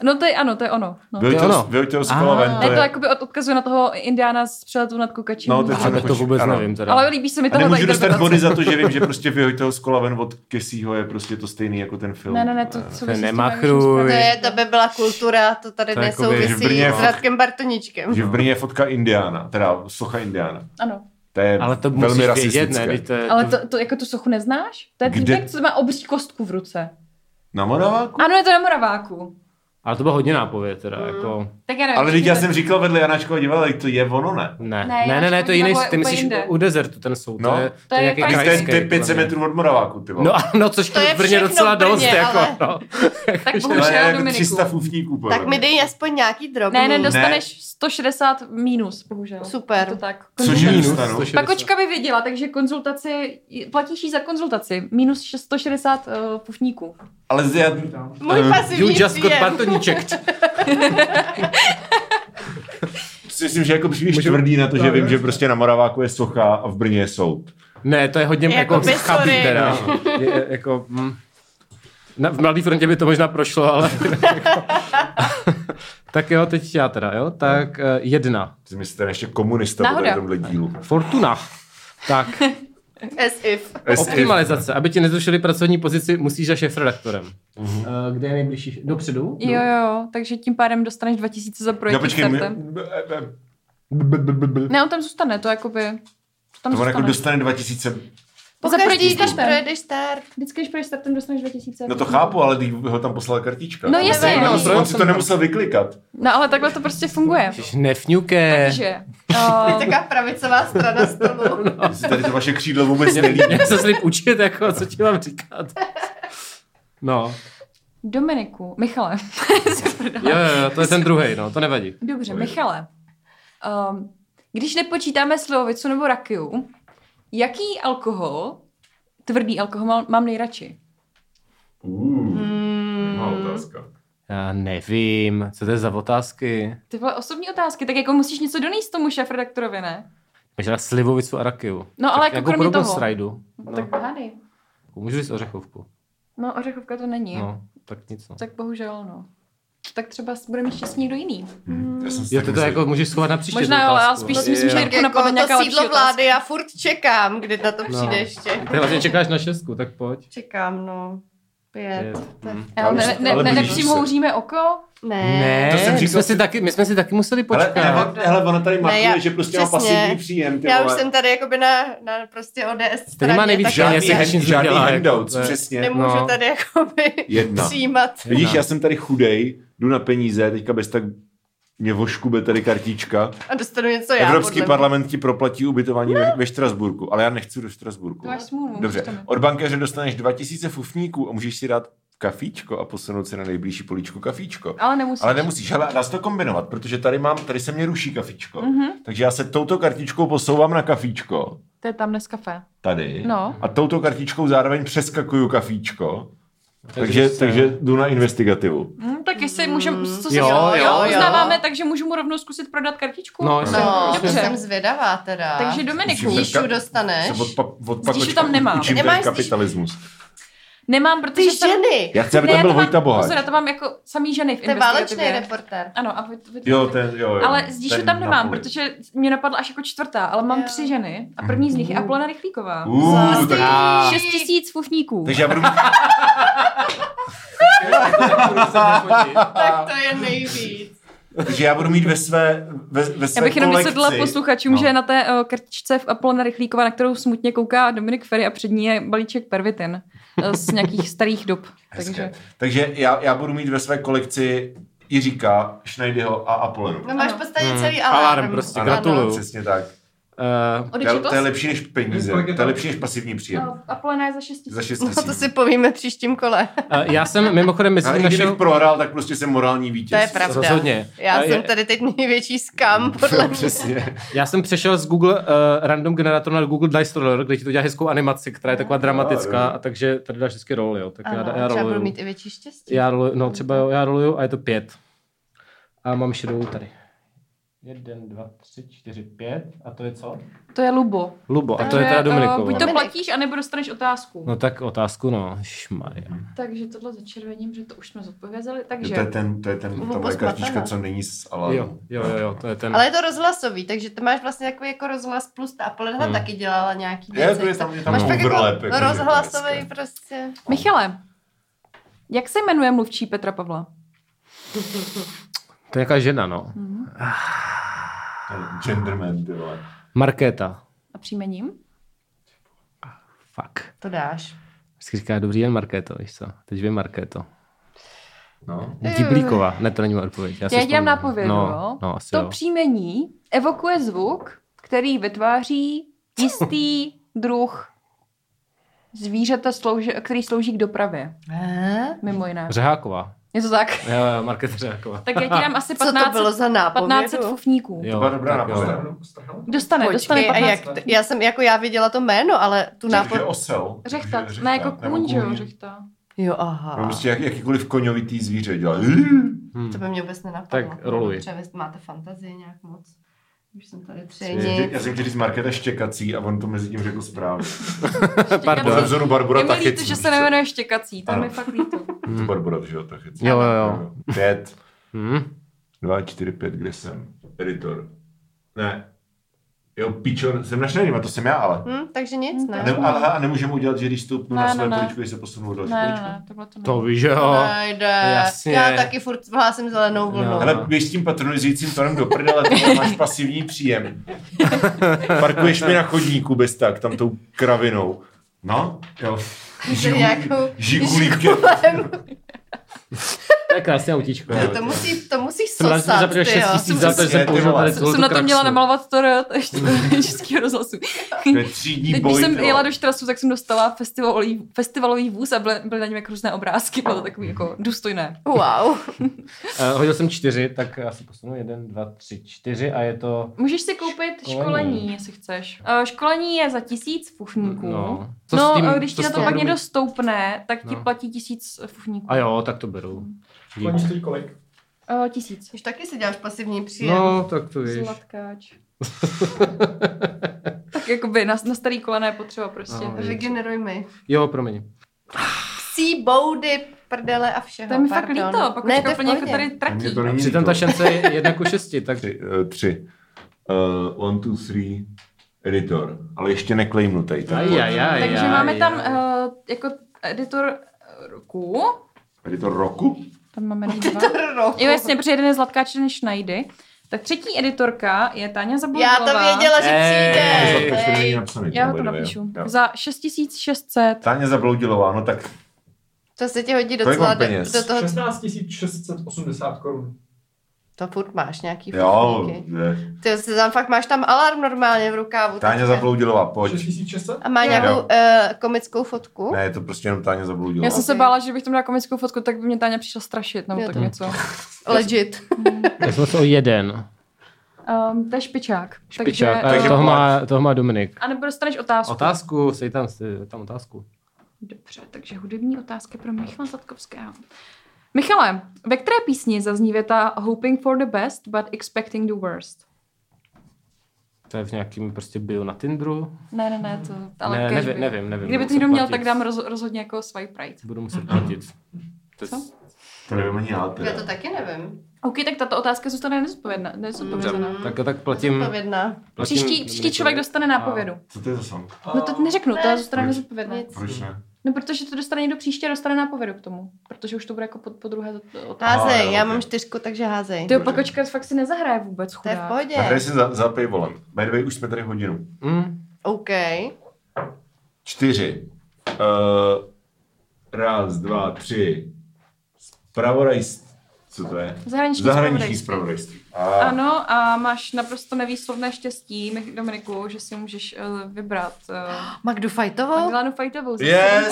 E: No to je ano, to je ono. No.
A: to je ono.
B: Vyhoďte ho z kola
A: Ah.
B: ven,
E: Ne,
B: to
E: to
B: je...
E: jakoby od, odkazuje na toho Indiána z přeletu nad kukačím.
B: No, to je
A: Ale tak to
B: nepočítám.
A: vůbec
B: Ano.
A: nevím teda.
E: Ale líbí se mi
B: A
E: tohle.
A: jako
B: nemůžu dostat body za to, že vím, že prostě vyhoďte ho z kola ven od Kesího je prostě to stejný jako ten film.
E: Ne, ne, ne, to souvisí s tím
A: nemachruj. To
E: nejvyšším
C: To
E: správním
C: je,
E: soudem.
C: to by byla kultura, to tady
A: To je jakoby,
C: nesouvisí
B: Eh, že v Brně je
C: s
B: fakt-
C: Radkem Bartoničkem.
B: Že v Brně je fotka Indiána, teda socha Indiána.
E: Ano.
B: To je
A: Ale to
B: velmi
A: musíš
B: rasistické.
A: vědět, ne? Teď to, je,
E: Ale to, to, jako tu sochu neznáš? To je
B: Kde?
E: týpek, co má obří kostku v ruce.
B: Na Moraváku?
E: Ano, no, je to na Moraváku.
A: ale to bylo hodně nápověd, teda, mm. jako...
E: Tak já nevím.
B: Ale teď já
E: to-
B: jsem říkal vedle Janačkova divadla, tak to je ono, ne?
A: Ne,
E: Ne,
A: ne, ne, ne,
E: Janačkov
A: to je jiný,
E: divadlo je
A: ty
E: úplně
A: myslíš
E: jinde.
A: u dezertu ten soud,
B: No.
A: to je,
E: To je
A: nějaký
E: fakt-
B: To je,
A: krajský.
B: to je
A: podle
B: 500
A: mě.
B: metrů od Moraváku, ty vole.
A: No, a- no, což
C: To je
A: v Brně
C: všechno
A: docela
C: v Brně,
A: dost, jako,
C: ale-
A: no.
B: <laughs>
E: Tak
B: ale
E: bohužel,
B: jako
E: Dominiku.
B: 300 fufníků, podle
C: Tak
B: mě.
C: mi dej aspoň nějaký drobný.
E: Ne, ne, dostaneš 160 minus, bohužel.
C: Super.
E: Je to tak.
B: Cože
A: Minus
B: dostanu?
A: 160.
E: Pakočka by věděla, takže konzultaci, platíš jí za konzultaci. Minus 160 uh, pufníků.
B: Ale z- já...
C: Můj
A: Eh, You
C: pasivní
A: just got
C: příjem.
A: button checked.
B: si myslím, že jako příliš tvrdý na to, že
D: No,
B: vím, že
D: jasně.
B: prostě na Moraváku je socha a v Brně je soud.
A: Ne, to je hodně
C: Jako
A: jako,
C: by,
A: jako chabý
C: sorry.
A: teda.
B: No,
A: Je, je, jako, mm. Na, v Mladý frontě by to možná prošlo, ale... <laughs> tak jo, teď já teda, jo? Tak eh, jedna.
B: Ty jsi ten ještě komunista po
E: Náhoda.
B: tady tomhle dílu.
A: Fortuna. Tak,
C: As if.
A: optimalizace. Aby ti nezrušili pracovní pozici, musíš za šéf-redaktorem. Eh, Kde je nejbližší? Dopředu?
E: Jo, jo, takže tím pádem dostaneš 2000 za projekt.
B: No počkej, my,
E: startem.
B: b- b-
E: Ne, on tam zůstane, to jakoby... To tam
B: to on
E: zůstane.
B: jako dostane 2000,
E: To za projekt
C: Pokaždý, když
E: startem.
C: projedeš start.
E: Vždycky, když projekt startem, dostaneš 2000.
B: no to chápu, ale teď ho tam poslala kartička.
E: No
B: On
E: jasně,
B: si-
E: no.
B: on si- On si to nemusel vyklikat.
E: No ale takhle to prostě funguje.
A: Nefňuke.
E: <laughs> Takže, uh,
C: Taková pravicová strana
E: <laughs>
C: stolu.
B: Mně se tady to vaše křídlo vůbec nelíbí.
A: Já se slib učit, jako, co ti mám říkat. No,
E: Dominiku, Michale. <laughs>
A: jo, jo, jo, to je ten druhý, no, to nevadí.
E: Dobře, Michale. Um, když nepočítáme slivovicu nebo rakiu, jaký alkohol, tvrdý alkohol, mám, mám nejradši?
B: Uh,
C: Mm.
B: má otázka.
A: Já nevím, co to je za otázky?
E: Ty vole osobní otázky, tak jako musíš něco donést tomu šéfredaktorovi, ne?
A: Měla slivovicu a rakiu.
E: No ale jako,
A: jako
E: kromě
A: podobnou
E: toho.
A: srajdu.
E: No. Tak hádej.
A: Můžu říct ořechovku.
E: No ořechovka to není. No.
A: No, tak nic. No.
E: Tak bohužel, no. Tak třeba s- bude mít štěstí někdo jiný.
C: Hmm.
B: Já jsem si
A: Jo,
B: tak
A: ty to
B: myslel,
A: jako můžeš schovat na příště.
E: Možná
A: tu
E: jo, ale
A: otázku.
E: spíš si
A: Jo.
E: myslím, že-
C: Tak
E: Jirku,
C: jako
E: napadne nějaká
C: to
E: lepší
C: sídlo
E: otázka.
C: vlády, já furt čekám, kdy na to přijde
A: No.
C: ještě.
A: Ty vlastně čekáš na šestku, tak pojď.
C: Čekám, no. Pět.
A: Pět.
C: To je-
A: Mm.
E: Ale ne,
B: už-
E: ne,
B: ale
E: ne,
B: blíží
E: nepřimhouříme oko?
A: Ne,
B: To jsem
A: my
B: říkal,
A: jsme,
B: že-
A: si taky, my jsme si taky museli
B: Ale
A: počkat.
B: hele, hele, ona tady matuje,
C: já-
B: že prostě má
C: přesně.
B: pasivní příjem. Ty
C: Já už
B: vole.
C: jsem tady jakoby na, na prostě ODS
A: Tady
C: straně,
A: má nejvíc
C: tak
A: žádný
B: žádný,
A: já
C: já
A: hand-
B: hand,
A: jsem
B: žádný
A: dělala, jako
B: handouts,
A: to je-
B: přesně.
C: nemůžu
A: no.
C: tady jakoby
B: Jedna.
C: přijímat.
B: Vidíš,
A: No.
B: já jsem tady chudej, jdu na peníze, teďka bez tak mě voškube tady kartička.
C: A dostanu něco já,
B: Evropský
C: podle mě.
B: parlament ti proplatí ubytování ve, ve Štrasburku, ale já nechci do Štrasburku.
E: To máš smůlu. můžeš to
B: Dobře,
E: mít.
B: od bankéře dostaneš 2000 fufníků a můžeš si dát kafíčko a posunout se na nejbližší políčku kafíčko.
E: Ale nemusíš.
B: Ale nemusíš, hele, dá se to kombinovat, protože tady mám, tady se mě ruší kafíčko.
E: Mhm.
B: Mm-hmm. Takže já se touto kartičkou posouvám na kafíčko,
E: To je tam dnes kafe.
B: tady,
E: No.
B: a touto kartičkou zároveň přeskakuju kafíčko. Takže,
A: zjistil.
B: takže jdu na investigativu.
E: Hmm, tak
C: Mm.
E: jestli můžeme, co si
A: Jo,
E: jo,
A: jo,
E: jo,
A: jo.
E: uznáváme, takže můžu mu rovnou zkusit prodat kartičku.
A: No, jestli-
C: No, to
E: Dobře.
C: jsem zvědavá teda.
E: Takže Dominiku,
B: Musím
C: Tíšu
B: teďka-
C: dostaneš.
B: Se Od, pa, od
E: Zdíšu
B: pakočka
E: tam nemám.
B: Učím ten
C: Nemáš zdíš-
B: kapitalismus.
E: nemám, protože
C: Ty ženy,
B: Já chci, aby
E: Ne,
B: tam
E: já
B: byl
E: to mám-
B: Vojta Boháč.
E: Pozor, já to mám jako samý ženy v
C: to je válečný
E: investigativě.
C: reportér.
E: Ano, a Vojt, Vojt,
B: Jo, ten, jo, jo.
E: ale zdíšu
B: ten
E: tam nemám,
B: Napoli.
E: protože mě napadla až jako čtvrtá, ale mám
C: Jo.
E: tři ženy a první z nich je Aplona Rychlíková.
B: Uh, tak,
A: A-
E: 6 tisíc fufníků.
B: takže já budu...
C: Tak to je nejvíc.
B: Takže já budu mít ve své, ve, ve
E: Já
B: své
E: bych jenom
B: kolekci.
E: vysvětlila posluchačům,
B: No.
E: že na té eh, kartičce v Aplona Rychlíková, na kterou smutně kouká Dominik Ferry a před ní je balíček pervitin
B: <laughs>
E: eh, z nějakých starých dob.
B: Takže,
E: Takže
B: takže já, já budu mít ve své kolekci Jiříka, Schneidyho a Apolenu.
C: No máš v
E: Ano.
C: podstatě
A: Mm.
C: celý
A: Alarm
C: alarm.
A: prostě,
C: Ano.
A: gratuluju.
B: Přesně tak.
A: Eh,
B: To je,
E: odečetl
B: to je lepší než peníze.
D: Kolik je
B: To je
D: to?
B: lepší než pasivní příjem.
E: No, A plena je za 6
B: Za
E: tisíc.
B: 6
C: No to si
B: tisíc.
C: povíme příštím kole.
A: eh, Já jsem mimochodem mezi
B: Ale i
A: našel...
B: kdybych prohrál, tak prostě jsem morální
C: To
B: vítěz.
C: je pravda.
A: Rozhodně.
C: Já
A: A
C: jsem
A: Eh, je-
C: tady teď největší
A: Hmm.
B: <laughs>
C: skam, podle mě.
B: Přesně.
A: Já jsem přešel z Google uh, random generátor na Google Dice Roller, kde ti to dělá hezkou animaci, která je taková dramatická, a takže tady dáš vždycky rol, jo. <laughs> Tak
C: Ano,
A: já, já
C: třeba budu
A: roluju.
C: mít i větší štěstí.
A: Já roluju, no třeba jo, já roluju a je to pět. A mám šedou tady. Jeden, dva, tři, čtyři, pět. A to je co?
E: To je Lubo.
A: Lubo, a to je
E: Takže,
A: teda
E: eh, Buď
A: Dominikovo.
E: to
C: Dominik.
E: platíš, anebo dostaneš otázku.
A: No tak otázku, no. Šmaria.
E: Takže tohle začervením, že to už jsme zodpověděli. Takže
B: To je ten, to je ten, ta
C: Vůbec
B: moje kartička,
C: matana.
B: co není z
A: Jo,
B: Alanu.
A: jo, jo, jo, to je ten.
C: Ale je to rozhlasový, takže ty máš vlastně takový jako rozhlas plus ta Apolena
A: Hmm.
C: taky dělala nějaký
B: Je,
C: věci.
B: to je tam- je tam
C: máš fakt
B: overlap,
C: jako
B: jako, že to je
C: rozhlasový
B: hezké.
C: prostě.
E: Michale, jak se jmenuje mluvčí Petra Pavla?
A: To je nějaká žena, no.
B: Genderman, ty vole.
A: Markéta.
E: a příjmením.
A: Fuck.
C: To dáš.
A: Vždycky říká, dobrý den, Markéto, víš co? Teď vím, Markéto.
B: No.
A: Diblíková, ne, to není moje odpověď. Já, si
E: Eh, Já dělám
A: vzpomínám.
E: nápovědu,
A: no, no, asi
E: To
A: jo.
E: příjmení evokuje zvuk, který vytváří jistý druh zvířete, slouži, který slouží k dopravě,
C: Eh?
E: mimo jiné.
A: Řeháková.
E: Je
C: <laughs>
E: to tak?
A: Jo, jo, Markéta Řeháková.
E: Tak já ti dám asi
C: Co to
E: 15,
C: bylo za nápovědu?
E: 15 fufníků.
A: Jo,
B: To byla dobrá
A: tak jo.
B: nápověda.
D: Strhnu- strhnu?
E: Dostane, dostane
C: Počkej, a
E: 15.
C: jak, já jsem, jako já viděla to jméno, ale tu
B: Nápad...
C: nápad...
B: Že osel.
E: Řechta,
B: že
E: ne jako kůň, že jo,
B: kůň.
E: řechta.
C: Jo,
B: No,
C: aha.
B: prostě jak, jakýkoliv koňovitý zvíře dělá.
A: Hmm.
C: To by mě vůbec nenapadlo.
A: Tak roluj.
C: Převést, máte fantazii nějak moc. Už jsem tady
B: Že- Já
C: tření.
B: jsem chtěl říct Markéta štěkací a on to mezi tím řekl správně.
A: Pardon.
B: Ale v zónu Barbora
E: Je Prostě mi
B: taky.
E: líto, že se nejmenuje štěkací, tam
B: Ano.
E: mi fakt líto.
A: Hmm.
B: Barbora, že jo, taky.
A: Jo, jo, jo.
B: Pět,
A: Hmm.
B: dva, čtyři, pět, kde jsem? Editor. Ne. Jo, píčo, jsem našlený, to jsem já, ale.
C: Hm, takže nic,
E: Hm,
C: ne?
B: Ne,
A: No,
B: ale a nemůžeme udělat, že když stoupnu
E: Ne,
B: na
E: ne,
B: své
E: ne.
B: poličku, že se posunu do další
E: Ne, ne,
B: poličky.
E: ne, tohle to ne.
A: To víš, že
E: No,
A: jo.
C: Najde.
A: jasně.
C: Já taky furt hlásím zelenou
A: Jo.
C: vlnu.
A: No. Ale-
B: Hele, běž s tím patronizujícím tonem do prdele, tohle máš
A: <laughs>
B: pasivní příjem. Parkuješ mi na chodníku bez tak, tam tou kravinou. No, jo.
C: Že nějakou
B: žigulíkem.
C: žigulem.
A: To je krásné autíčko. jo.
C: To musí, to musí
A: Jsem rád, že jsem
C: sosat,
A: zaplatil
C: ty
A: 6
C: jo.
A: tisíc za to, že
B: Přesně,
A: jsem
B: ty
A: použil
B: vole.
A: tady
E: Jsem, jsem na to měla namalovat to ještě <laughs> českého rozhlasu.
B: To je třídní
E: Teď,
B: boj.
E: když jsem
B: ty
E: jela
B: vole.
E: do Štrasu, tak jsem dostala festivalový, festivalový vůz a byly, byly na něm jako různé obrázky, bylo to takový jako důstojné.
A: <laughs>
C: Wow.
A: Uh, hodil jsem čtyři, tak asi posunu jeden, dva, tři, čtyři a je to...
E: Můžeš si koupit školení,
A: Školení.
E: jestli chceš. Eh, Školení je za tisíc fufníků. No,
A: No, Co
E: no
A: s tím-
E: eh, když
A: co
E: ti na
A: s
E: to
A: tím
E: pak
A: budu
E: někdo
A: mít?
E: stoupne, tak ti
A: No.
E: platí tisíc fufníků.
A: A jo, tak to beru. Dík.
D: Koní stojí kolik?
E: Eh, tisíc.
C: Už taky si děláš pasivní příjem.
A: No, tak to víš.
E: Zlatkáč. <laughs> tak jakoby na, na starý kolené potřeba prostě.
A: No.
C: Regeneruj mi.
A: Jo, promiň.
C: Psí, boudy, prdele a všeho.
E: To je mi fakt
C: No, pardon.
E: líto, pak
C: ne, to je
E: ne,
C: v
E: úplně jako
C: pohodě.
E: tady
B: Mně
E: tratí.
B: to není
A: Přitom
B: líto.
A: ta šance je jedna ku šesti, tak
B: Tři. eh, tři. Uh, one, two, three. Editor. Ale ještě neklejmnu tady. ten
A: Aj,
B: bod.
A: aj, aj,
E: Takže
A: aj,
E: máme tam
A: aj.
E: eh, jako editor roku.
B: Editor roku?
E: Tam
A: <laughs>
E: máme jenom dva.
C: Roku.
E: Jo, jasně, protože jeden je Zlatkáč, jeden je Schneidy. Tak třetí editorka je Táňa Zabulová.
C: Já to věděla, že
A: Ej.
B: To
C: přijde.
B: zlatka ještě není
C: Ej,
B: napsaný.
E: Já
B: by
E: to
B: the way,
E: napíšu.
B: jo.
E: Za 6600.
B: Táně zabloudilová, no tak
C: To se ti hodí
B: Kolik mám
C: docela do,
B: peněz?
C: do toho.
D: 16 680 korun.
C: To furt máš nějaký
B: jo.
C: fotníky.
B: je.
C: Ty se tam fakt máš tam alarm normálně v rukávu.
B: Táně
C: teďka.
B: zabloudilová, pojď.
D: 6600?
C: A má
E: Jo.
C: nějakou uh, komickou fotku?
B: Ne, je to prostě jenom Táně zabloudila.
E: Já jsem se
C: Ok.
E: bála, že bych tam dala komickou fotku, tak by mě Táňa přišla strašit, nebo
C: Jo,
E: tak
C: tak.
E: něco.
C: Legit.
A: Já jsem to o jeden.
E: Um, to je špičák.
A: Špičák.
E: Takže,
A: Takže,
E: eh,
A: toho, má, toho má Dominik.
E: A nebo dostaneš otázku.
A: Otázku, sej tam, sej tam otázku.
E: Dobře, takže hudební otázka pro Michala Zatkovského. Michale, ve které písni zazní věta Hoping for the best, but expecting the worst?
A: To je v nějakým prostě byl na Tinderu.
E: Ne, ne, ne, to, ale
A: ne,
E: kež
A: nevím,
E: by.
A: nevím, nevím.
E: Kdyby to
A: budu
E: někdo
A: muset
E: měl,
A: platit.
E: tak dám roz, rozhodně jako swipe right.
A: Budu muset platit. To je-
E: Co?
B: To nevím ani já teda.
C: Já to taky nevím.
E: OK, tak tato otázka zůstane nezodpovědná.
A: Dobře,
E: nezodpovězená.
A: tak, tak platím.
C: Odpovědná.
A: platím
E: Příští, příští
A: Dominikovi.
E: člověk dostane nápovědu.
B: Co to je za song?
E: No to neřeknu, to
C: Ne.
E: zůstane nezodpovědná.
C: Nic.
B: Proč ne?
E: No protože to dostane někdo příště a dostane nápovědu k tomu. Protože už to bude jako po, po druhé zot- otázka.
B: Aha,
C: Házej,
B: No, jo,
C: já
B: ok.
C: mám čtyřku, takže házej.
E: Ty opakočka fakt si nezahraje vůbec,
C: To je v
E: chudá.
C: pohodě.
B: Zahraj si za, za paywallem. By the way, už jsme tady hodinu.
A: Mm.
C: OK.
B: Čtyři. Uh, raz, dva, tři. Spravodajství. Co to je?
E: Zahraniční
B: Zahraniční
E: zpravodajství.
B: spravodajství. A
E: Ano, a máš naprosto nevýslovné štěstí, Mich- Dominiku, že si můžeš eh, vybrat uh,
C: Magdu Fajtovou?
E: Magdalenu Fajtovou. zase.
B: Yes!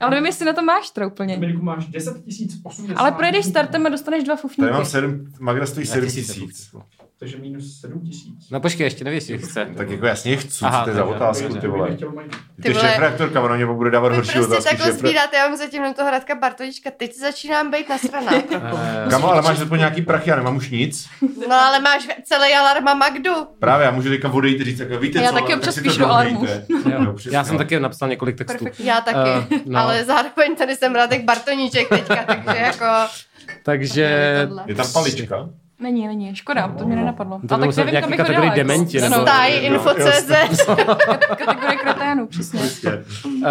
E: Ale nevím, jestli na to máš teda úplně.
D: Dominiku máš 10 080.
E: Ale projdeš startem a dostaneš dva
B: Tady
E: fufníky.
B: mám sedm, Magra stojí
A: Na
B: sedm
A: tisíce
B: tisíc.
A: fufníků.
D: Takže minus 7 tisíc.
A: No počkej, ještě nevíš, jestli chce.
B: Tak jako jasně chci,
A: Aha,
B: co to je za
A: tak jo.
B: otázku, ty vole. <laughs> Ty
C: vole.
B: šéf-reaktorka, ona mě bude dávat
C: Vy
B: horší
C: prostě
B: otázky.
C: takhle
B: šéfre-
C: sbíráte, já mám zatím jenom toho Radka Bartolička, teď si začínám být nasraná.
A: Eh,
B: Kamo, ale máš aspoň nějaký prachy, já nemám už nic.
C: <laughs> No ale máš celý alarma Magdu.
B: Právě, já můžu teďka odejít a říct, jako, víte
E: Já
B: co,
E: taky
B: ale
E: občas
B: tak si
E: píšu
B: to
E: alarmu.
B: dohledejte.
A: jo.
B: Jo, přesně.
A: Já jsem taky napsal několik textů.
E: Perfektní.
C: Já taky,
A: Eh, no.
C: ale zároveň tady jsem Radek Bartoníček teďka, takže jako...
A: Takže
C: Tohle.
B: Je tam palička?
E: Není, není, škoda, to mě nenapadlo.
A: To by musel být nějaký
E: kam bych ho
A: kategorii
E: dala, jako.
A: dementi, nebo-
E: Ano,
C: Staj, info.cz.
E: kategorie kreténů. Balkánu, přesně.
B: prostě.
A: Uh,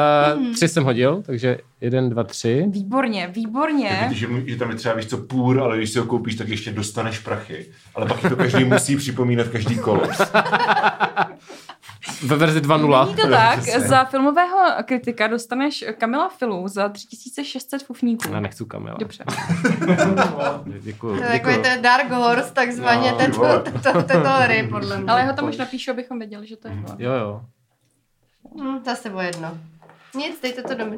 A: tři jsem hodil, takže jeden, dva, tři.
E: Výborně, výborně.
B: Vidíš, že, mu- že tam je třeba víš co půl, ale když si ho koupíš, tak ještě dostaneš prachy. Ale pak ti to každý musí připomínat každý kolo.
A: Ve verzi
E: Není
A: 2.0.
E: to tak,
B: Přesně.
E: za filmového kritika dostaneš eh, Kamila Filu za 3600 fufníků.
A: Já nechci Kamila.
E: Dobře. jako
A: Děkuju.
C: To Jako je takový ten Dark Horse, takzvaně
B: No,
C: ten
B: ty vole.
C: Tetolery, podle mě.
E: Ale já ho tam už napíšu, abychom věděli, že to je
B: Mhm.
E: film.
A: Jo, jo.
C: Hm, Zase o jedno. Nic, dejte to do mě.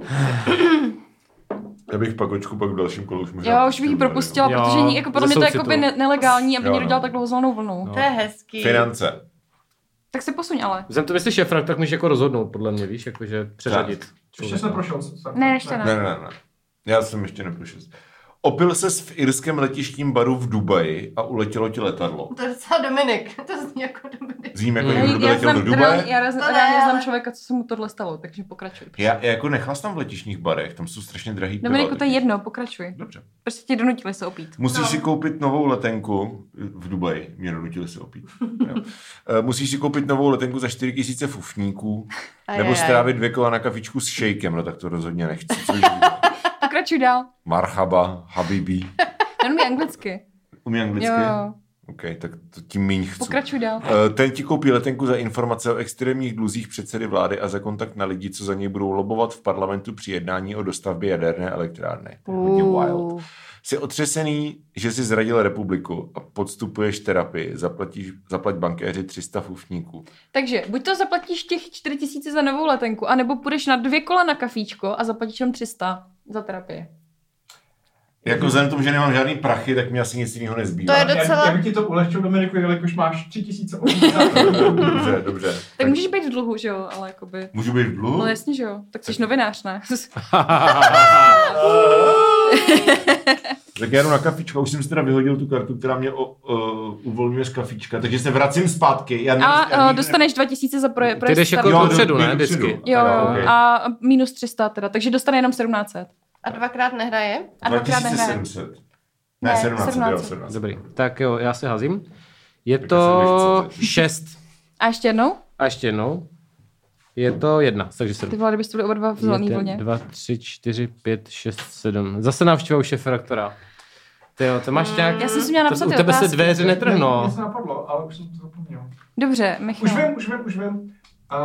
B: Já bych pagočku pak v dalším kolu už možná
E: Jo, už bych ji propustila,
A: Jo,
E: protože ní, jako podle
A: ze
E: mě to je
A: soucitu.
E: jakoby ne- nelegální, aby
B: Jo,
E: někdo
B: no.
E: dělal takovou zelenou vlnu.
A: No.
C: To je hezký.
B: Finance.
E: Tak se posuň ale.
A: Vzem to, jestli šéf, tak můžeš jako rozhodnout, podle mě, víš, jakože přeřadit.
D: Ještě jsem prošel. co- co-
E: Ne, ještě
B: Ne, ne, ne. ne. Já jsem ještě neprošel. Opil ses v irském letištním baru v Dubaji a uletělo ti letadlo.
C: To je docela Dominik. <laughs> To zní jako Dominik.
B: Zním jako
A: Hmm.
B: někdo by
E: Já
B: letěl do
E: znám, reál-
B: Dubaje.
E: já raz-
C: To ne,
E: reálně znám
C: ale-
E: člověka, co se mu tohle stalo, takže pokračuj.
B: Já, já jako nechlastám v letišních barech, tam jsou strašně drahý piva,
E: Dominiku, to je
B: taky.
E: jedno, pokračuj.
B: Dobře.
E: Prostě tě donutili se opít.
B: Musíš
C: No.
B: si koupit novou letenku v Dubaji. Mě donutili se
E: <laughs>
B: opít. Jo. Eh, Musíš si koupit novou letenku za 4000 fufníků nebo strávit dvě kola na kafičku s šejkem. No tak to rozhodně nechci. Což
E: Pokračuj dál.
B: Marhaba, habibi.
E: Já umí anglicky.
B: Umí anglicky?
E: Jo, jo.
B: OK, tak to tím míň chci.
E: pokračuj dál.
B: Eh, Ten ti koupí letenku za informace o extrémních dluzích předsedy vlády a za kontakt na lidi, co za něj budou lobovat v parlamentu při jednání o dostavbě jaderné elektrárny. To je Hodně wild. Jsi otřesený, že jsi zradil republiku a podstupuješ terapii. Zaplatíš, zaplať bankéři 300 fufníků.
E: Takže buď to zaplatíš těch 4000 za novou letenku, anebo půjdeš na dvě kola na kafíčko a zaplatíš jenom 300 za terapii.
B: Jako vzhledem k tomu, že nemám žádný prachy, tak mi asi nic jiného nezbývá.
C: To je do- Docela-
D: Já, já bych ti to ulehčil, Dominiku, jelikož máš 3800
B: <laughs> Dobře, dobře. Tak,
E: Tak můžeš být v dluhu, že jo, ale jakoby...
B: Můžu být v dluhu?
A: Hmm.
E: No jasně, že jo. Tak jsi novinář, ne?
B: <laughs> Tak já jdu na kafičko, už jsem si teda vyhodil tu kartu, která mě o, o, uvolňuje z kafička, takže se vracím zpátky. Já, já
E: <laughs> A o,
B: nikdy ne-
E: dostaneš 2000 za proje,
A: Ty
E: proje
A: jdeš jako
B: Jo,
A: dopředu,
B: jdu-
A: ne,
B: jdu dopředu.
A: vždycky.
E: Jo,
B: Ano,
E: jo,
B: ok.
E: a minus 300 teda, takže dostane jenom 1700.
C: A dvakrát nehraje?
E: A dvakrát nehraje.
B: 2700. Ne,
E: Ne,
B: 17, 17. jo,
E: 17.
B: 17.
A: Dobrý. Tak jo, já se hazím. Je
B: Tak
A: to
B: já se
A: šest.
E: A ještě jednou?
A: A ještě jednou. Je to jedna, takže sedm.
E: Ty vole, kdybyste byli oba dva v zelený
A: Jeden,
E: vlně.
A: dva, tři, čtyři, pět, šest, sedm. Zase návštěva u šefa rektora. Ty jo, to máš nějak...
E: Mm, Já jsem si měla
A: to,
E: napsat
A: u
E: ty
A: tebe se
E: otázky.
A: dveře
D: Mě
A: netrhnou.
D: se napadlo, ale už jsem to zapomněl.
E: Dobře,
D: Už
E: Michal.
D: vím, už vím, už vím.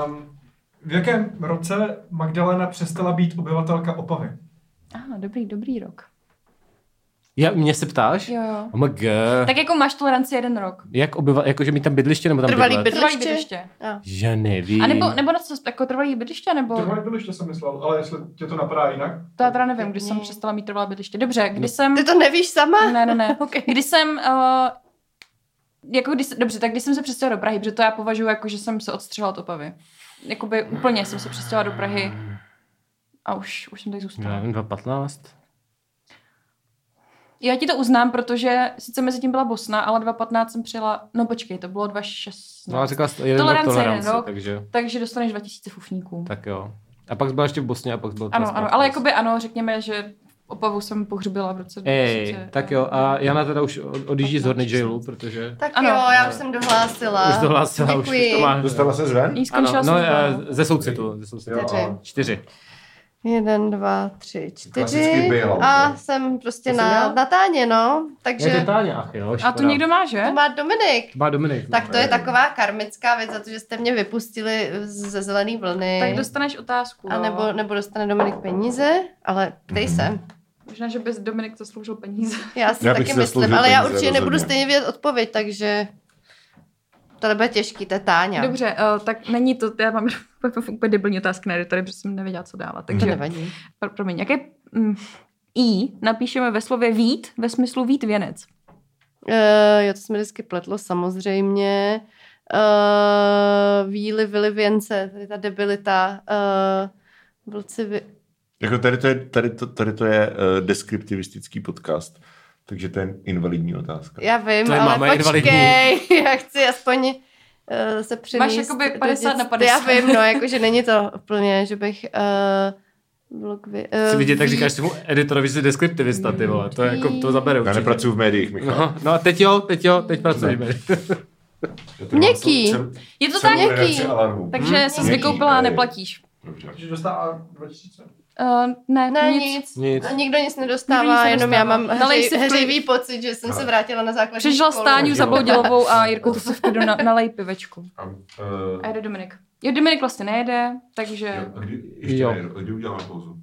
D: Um, v jakém roce Magdalena přestala být obyvatelka Opavy?
E: Aha, dobrý, dobrý rok.
A: Já, mě se ptáš?
E: Jo, jo.
A: Oh my god.
E: Tak jako máš toleranci jeden rok.
A: Jak obyvat, jakože mít tam bydliště nebo tam
C: Trvalý
A: bydlet?
C: bydl-
E: Trvalý
C: Bydliště?
E: bydliště.
A: Já nevím.
E: A nebo, nebo na co, jako trvalý bydliště, nebo?
D: Tohle bylo ještě jsem myslel, ale jestli tě to napadá jinak.
E: To já teda nevím, kdy jsem přestala mít trvalé bydliště. Dobře,
A: No.
E: kdy jsem...
C: Ty to nevíš sama?
E: Ne,
C: <laughs>
E: ne, ne.
C: Okay.
E: Kdy jsem... Uh, jako když, dobře, tak když jsem se přestěhovala do Prahy, protože to já považuji jako, že jsem se odstřihla od Opavy. Jakoby úplně jsem se přestěhovala do Prahy a už, už jsem tady
A: Já
E: zůstala.
A: nevím, No, 2015?
E: Já ti to uznám, protože sice mezi tím byla Bosna, ale 2015 jsem přijela, no počkej, to bylo 2016.
A: No, ale říkala jsi jeden
E: Tolerance,
A: rok tolerance,
E: jeden rok.
A: takže
E: Takže dostaneš 2000 fufníků.
A: tak jo. A pak byla ještě v Bosně a pak byla
E: Ano, ano, ale jakoby ano, řekněme, že Opavu jsem pohřbila v roce
A: Ej,
E: 2000,
A: tak
E: eh,
A: jo, a Jana teda už od- odjíždí z Horny jailu, protože
C: Tak
E: Ano.
C: ano. jo, já už jsem dohlásila.
A: už dohlásila, už, už
C: Děkuji.
A: to má.
B: Dostala se zven?
E: Jí
A: Ano,
E: skončila
A: no,
E: služba.
A: eh, ze soucitu, ze soucitu.
C: Jo. Čtyři.
A: Čtyři.
C: Jeden, dva, tři,
B: Klasický
C: čtyři.
B: bailout,
C: A
B: jo.
C: jsem prostě
A: To jsem
C: na,
A: já?
C: na táně, no. Takže
A: Je to Táně, ach jo,
E: A
A: škoda.
E: to někdo má, že?
C: to má Dominik.
A: To má Dominik. no.
C: Tak to je taková karmická věc za to, že jste mě vypustili ze zelený vlny.
E: Tak dostaneš otázku.
C: A
E: no.
C: nebo, nebo dostane Dominik peníze, ale ptej se.
E: Možná, že bys Dominik to sloužil peníze.
C: Já si
B: Mhm. Já
C: já
B: bych
C: taky
B: si
C: myslím,
B: zasloužil
C: ale já
B: peníze,
C: určitě nebudu
B: rozhodně.
C: stejně vědět odpověď, takže to bude těžký, to je Táňa.
E: Dobře, uh, tak není to, já mám <laughs> úplně debilní otázky na editory, protože jsem nevěděla, co dávat.
C: To
E: Takže,
C: nevadí.
E: pro, promiň, jaké mm, i napíšeme ve slově vít, ve smyslu vít věnec.
C: Uh, jo, to jsme vždycky pletlo, samozřejmě. Uh, víly, vily, věnce, tady ta debilita. Uh, vlci, vy...
B: Jako tady to je, tady to, tady to je uh, deskriptivistický podcast, takže to je invalidní otázka.
C: Já vím,
A: To je
C: ale
A: máma invalidní.
C: počkej, <laughs> já chci aspoň uh, se přinést.
E: jakoby
C: do
E: 50 na
C: dětství.
E: 50.
C: Já vím, no, jakože není to úplně, že bych... Uh, blok vy, uh,
A: Chci vidět, tak říkáš tomu editorovi, že jsi deskriptivista, ty vole. To je jako, to zabere
B: Já
A: určitě.
B: nepracuji v médiích, Michal.
A: No, no a teď jo, teď jo, teď pracujeme.
C: Měkký.
E: Je to
B: Jsem
E: tak?
A: Hmm?
B: v redakci
C: Měkký.
B: Alarmu.
E: Takže jsi
B: Měkký,
E: vykoupila a
B: ale-
E: neplatíš.
B: Dobře.
D: Takže dostává 2000.
E: Uh, ne,
C: Ne,
E: nic.
C: nic.
A: Nic.
C: A nikdo nic nedostává,
E: Nikdo nic
C: jenom já
E: nedostává.
C: mám
E: Nalej si
C: hřej,
E: v klid.
C: hřejivý pocit, že jsem se
B: Ale-
C: vrátila na základní
E: Přežila
C: školu.
E: Stáňu za
B: Hodinu.
E: Boudilovou a Jirku, to se v klidu na, nalej pivečku.
B: A, uh,
E: A jede Dominik. Jo, Dominik vlastně nejede, takže...
B: a kdy, ještě
A: Jo.
B: jo. Ne, kdy uděláme pauzu?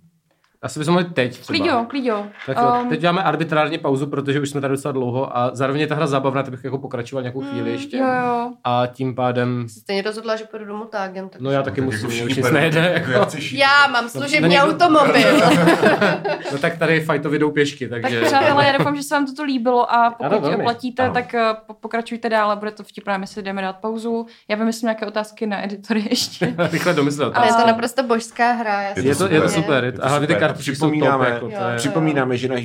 A: Asi bychom mohli teď třeba.
E: Klidio, klidio.
A: Tak jo,
C: Um,
E: Ehm,
A: teď děláme arbitrárně pauzu, protože už jsme tady docela dlouho a zároveň je ta hra zábavná, tak bych jako pokračoval nějakou
C: Mm,
A: chvíli ještě.
E: jo, jo.
A: A tím pádem,
C: Jsi stejně rozhodla, že půjdu domů tágem. Tak...
A: no já taky
B: Tak jako
A: musím, mě
B: všichni
A: už nic
B: berou,
A: nejde.
B: jako já
A: Jako.
B: chci šít.
C: Já mám
A: není-
C: služební
A: <laughs>
C: automobil.
A: No tak tady fajtovi jdou pěšky,
E: Tak
A: takže...
E: přátelé, já doufám, že se vám toto líbilo a pokud
A: Ano,
E: ano,
A: velmi.
E: platíte,
B: Ano.
E: tak eh, po- pokračujte dál a bude to vtipné, my si jdeme dát pauzu. Já vymyslím nějaké otázky na editory <laughs> ještě.
A: <laughs> Rychle domyslel.
C: Ale je to
E: A-
C: naprosto božská hra. Já si
A: Je to, je to
C: úplně-
A: super, je to, a hlavně ty
B: super.
A: kartičky jsou top,
B: Připomínáme-
A: jako, to je,
C: Jo.
B: Připomínáme, že na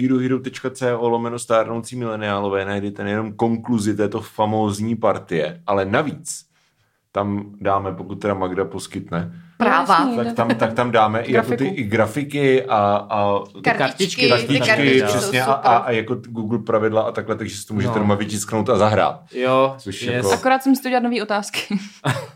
B: herohero.co lomeno stárnoucí mileniálové najdete nejenom konkluzi této famózní partie, ale navíc tam dáme, pokud teda Magda poskytne,
C: Práva.
E: No, jasně.
B: tak tam, tak tam dáme i jako ty
E: Grafiku.
B: i grafiky a, a
A: kartičky,
C: Kartičky,
A: kartičky,
C: ty
B: kartičky,
C: kartičky
A: jo.
C: jsou
B: přesně, a,
C: super.
B: a, a jako Google pravidla a takhle, takže si to můžete
A: No.
B: no. doma vytisknout a zahrát.
A: jo,
B: Což
A: yes.
B: jako-
E: Akorát jsem si to dělat nové otázky.
A: <laughs>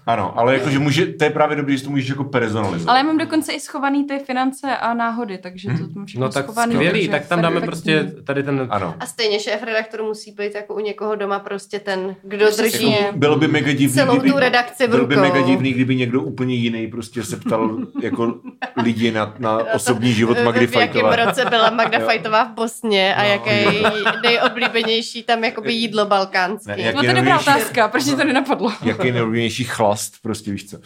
B: Ano, ale jakože může, to je právě dobrý, že to můžeš jako personalizovat.
E: Ale já mám dokonce i schovaný ty finance a náhody, takže to tam všechno
A: No tak
E: schovaný.
A: skvělý,
E: takže
A: tak tam dáme
E: perfektní.
A: prostě tady ten...
B: Ano.
C: A stejně šéf redaktor musí být jako u někoho doma prostě ten, kdo
E: Přesně.
C: drží
E: Jako-
B: Bylo by mega divný,
C: celou
B: kdyby,
C: tu redakci v
B: bylo by
C: rukou.
B: mega divný, kdyby někdo úplně jiný prostě se ptal jako lidi na,
C: <laughs>
B: na osobní život Magdy
C: eh, v jakém
B: Fajtové.
C: roce
A: <laughs>
C: byla Magda Fajtová v Bosně a
A: No.
C: jaké je její nejoblíbenější tam jakoby jídlo balkánské.
B: Ne, jak-
E: No to je dobrá
B: Nejnovější-
E: otázka, proč ti to nenapadlo?
B: Jaký je nejlíbenější chlast, prostě víš co.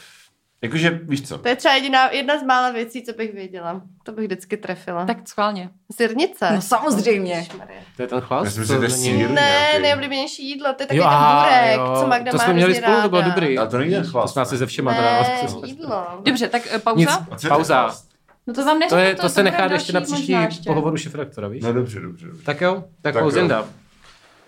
B: Jakože, víš co,
C: To je třeba jediná, jedna z mála věcí, co bych věděla. To bych vždycky trefila.
E: Tak schválně.
C: Zirnice.
E: No samozřejmě.
C: Ježmarja.
A: To je ten chlast?
B: Já jsem si to
A: není-
B: sníl. Sír
C: Ne,
B: nějaký.
C: nejoblíbenější jídlo, to je takový
A: Jo,
C: ten
A: aha,
C: burek,
A: jo,
C: co Magda
A: To
C: má
A: jsme měli
C: hrozně
A: spolu, to bylo
C: ráda.
A: dobrý.
B: A to není ten
A: To
B: chlast,
A: jsme asi
B: ne?
A: ze všema
C: Ne,
A: <laughs> teda.
C: jídlo.
E: Dobře, tak eh,
A: Nic,
E: pauza?
B: A co je ten
A: pauza.
B: chlast?
E: No to tam nechám,
A: To, je, to, se
E: bude
A: nechá
E: další
A: ještě na příští
E: možná ještě.
A: pohovoru šifraktora, víš?
B: No dobře, dobře, dobře.
A: Tak jo, tak,
B: Tak
A: tak
B: jo.
A: Zinda.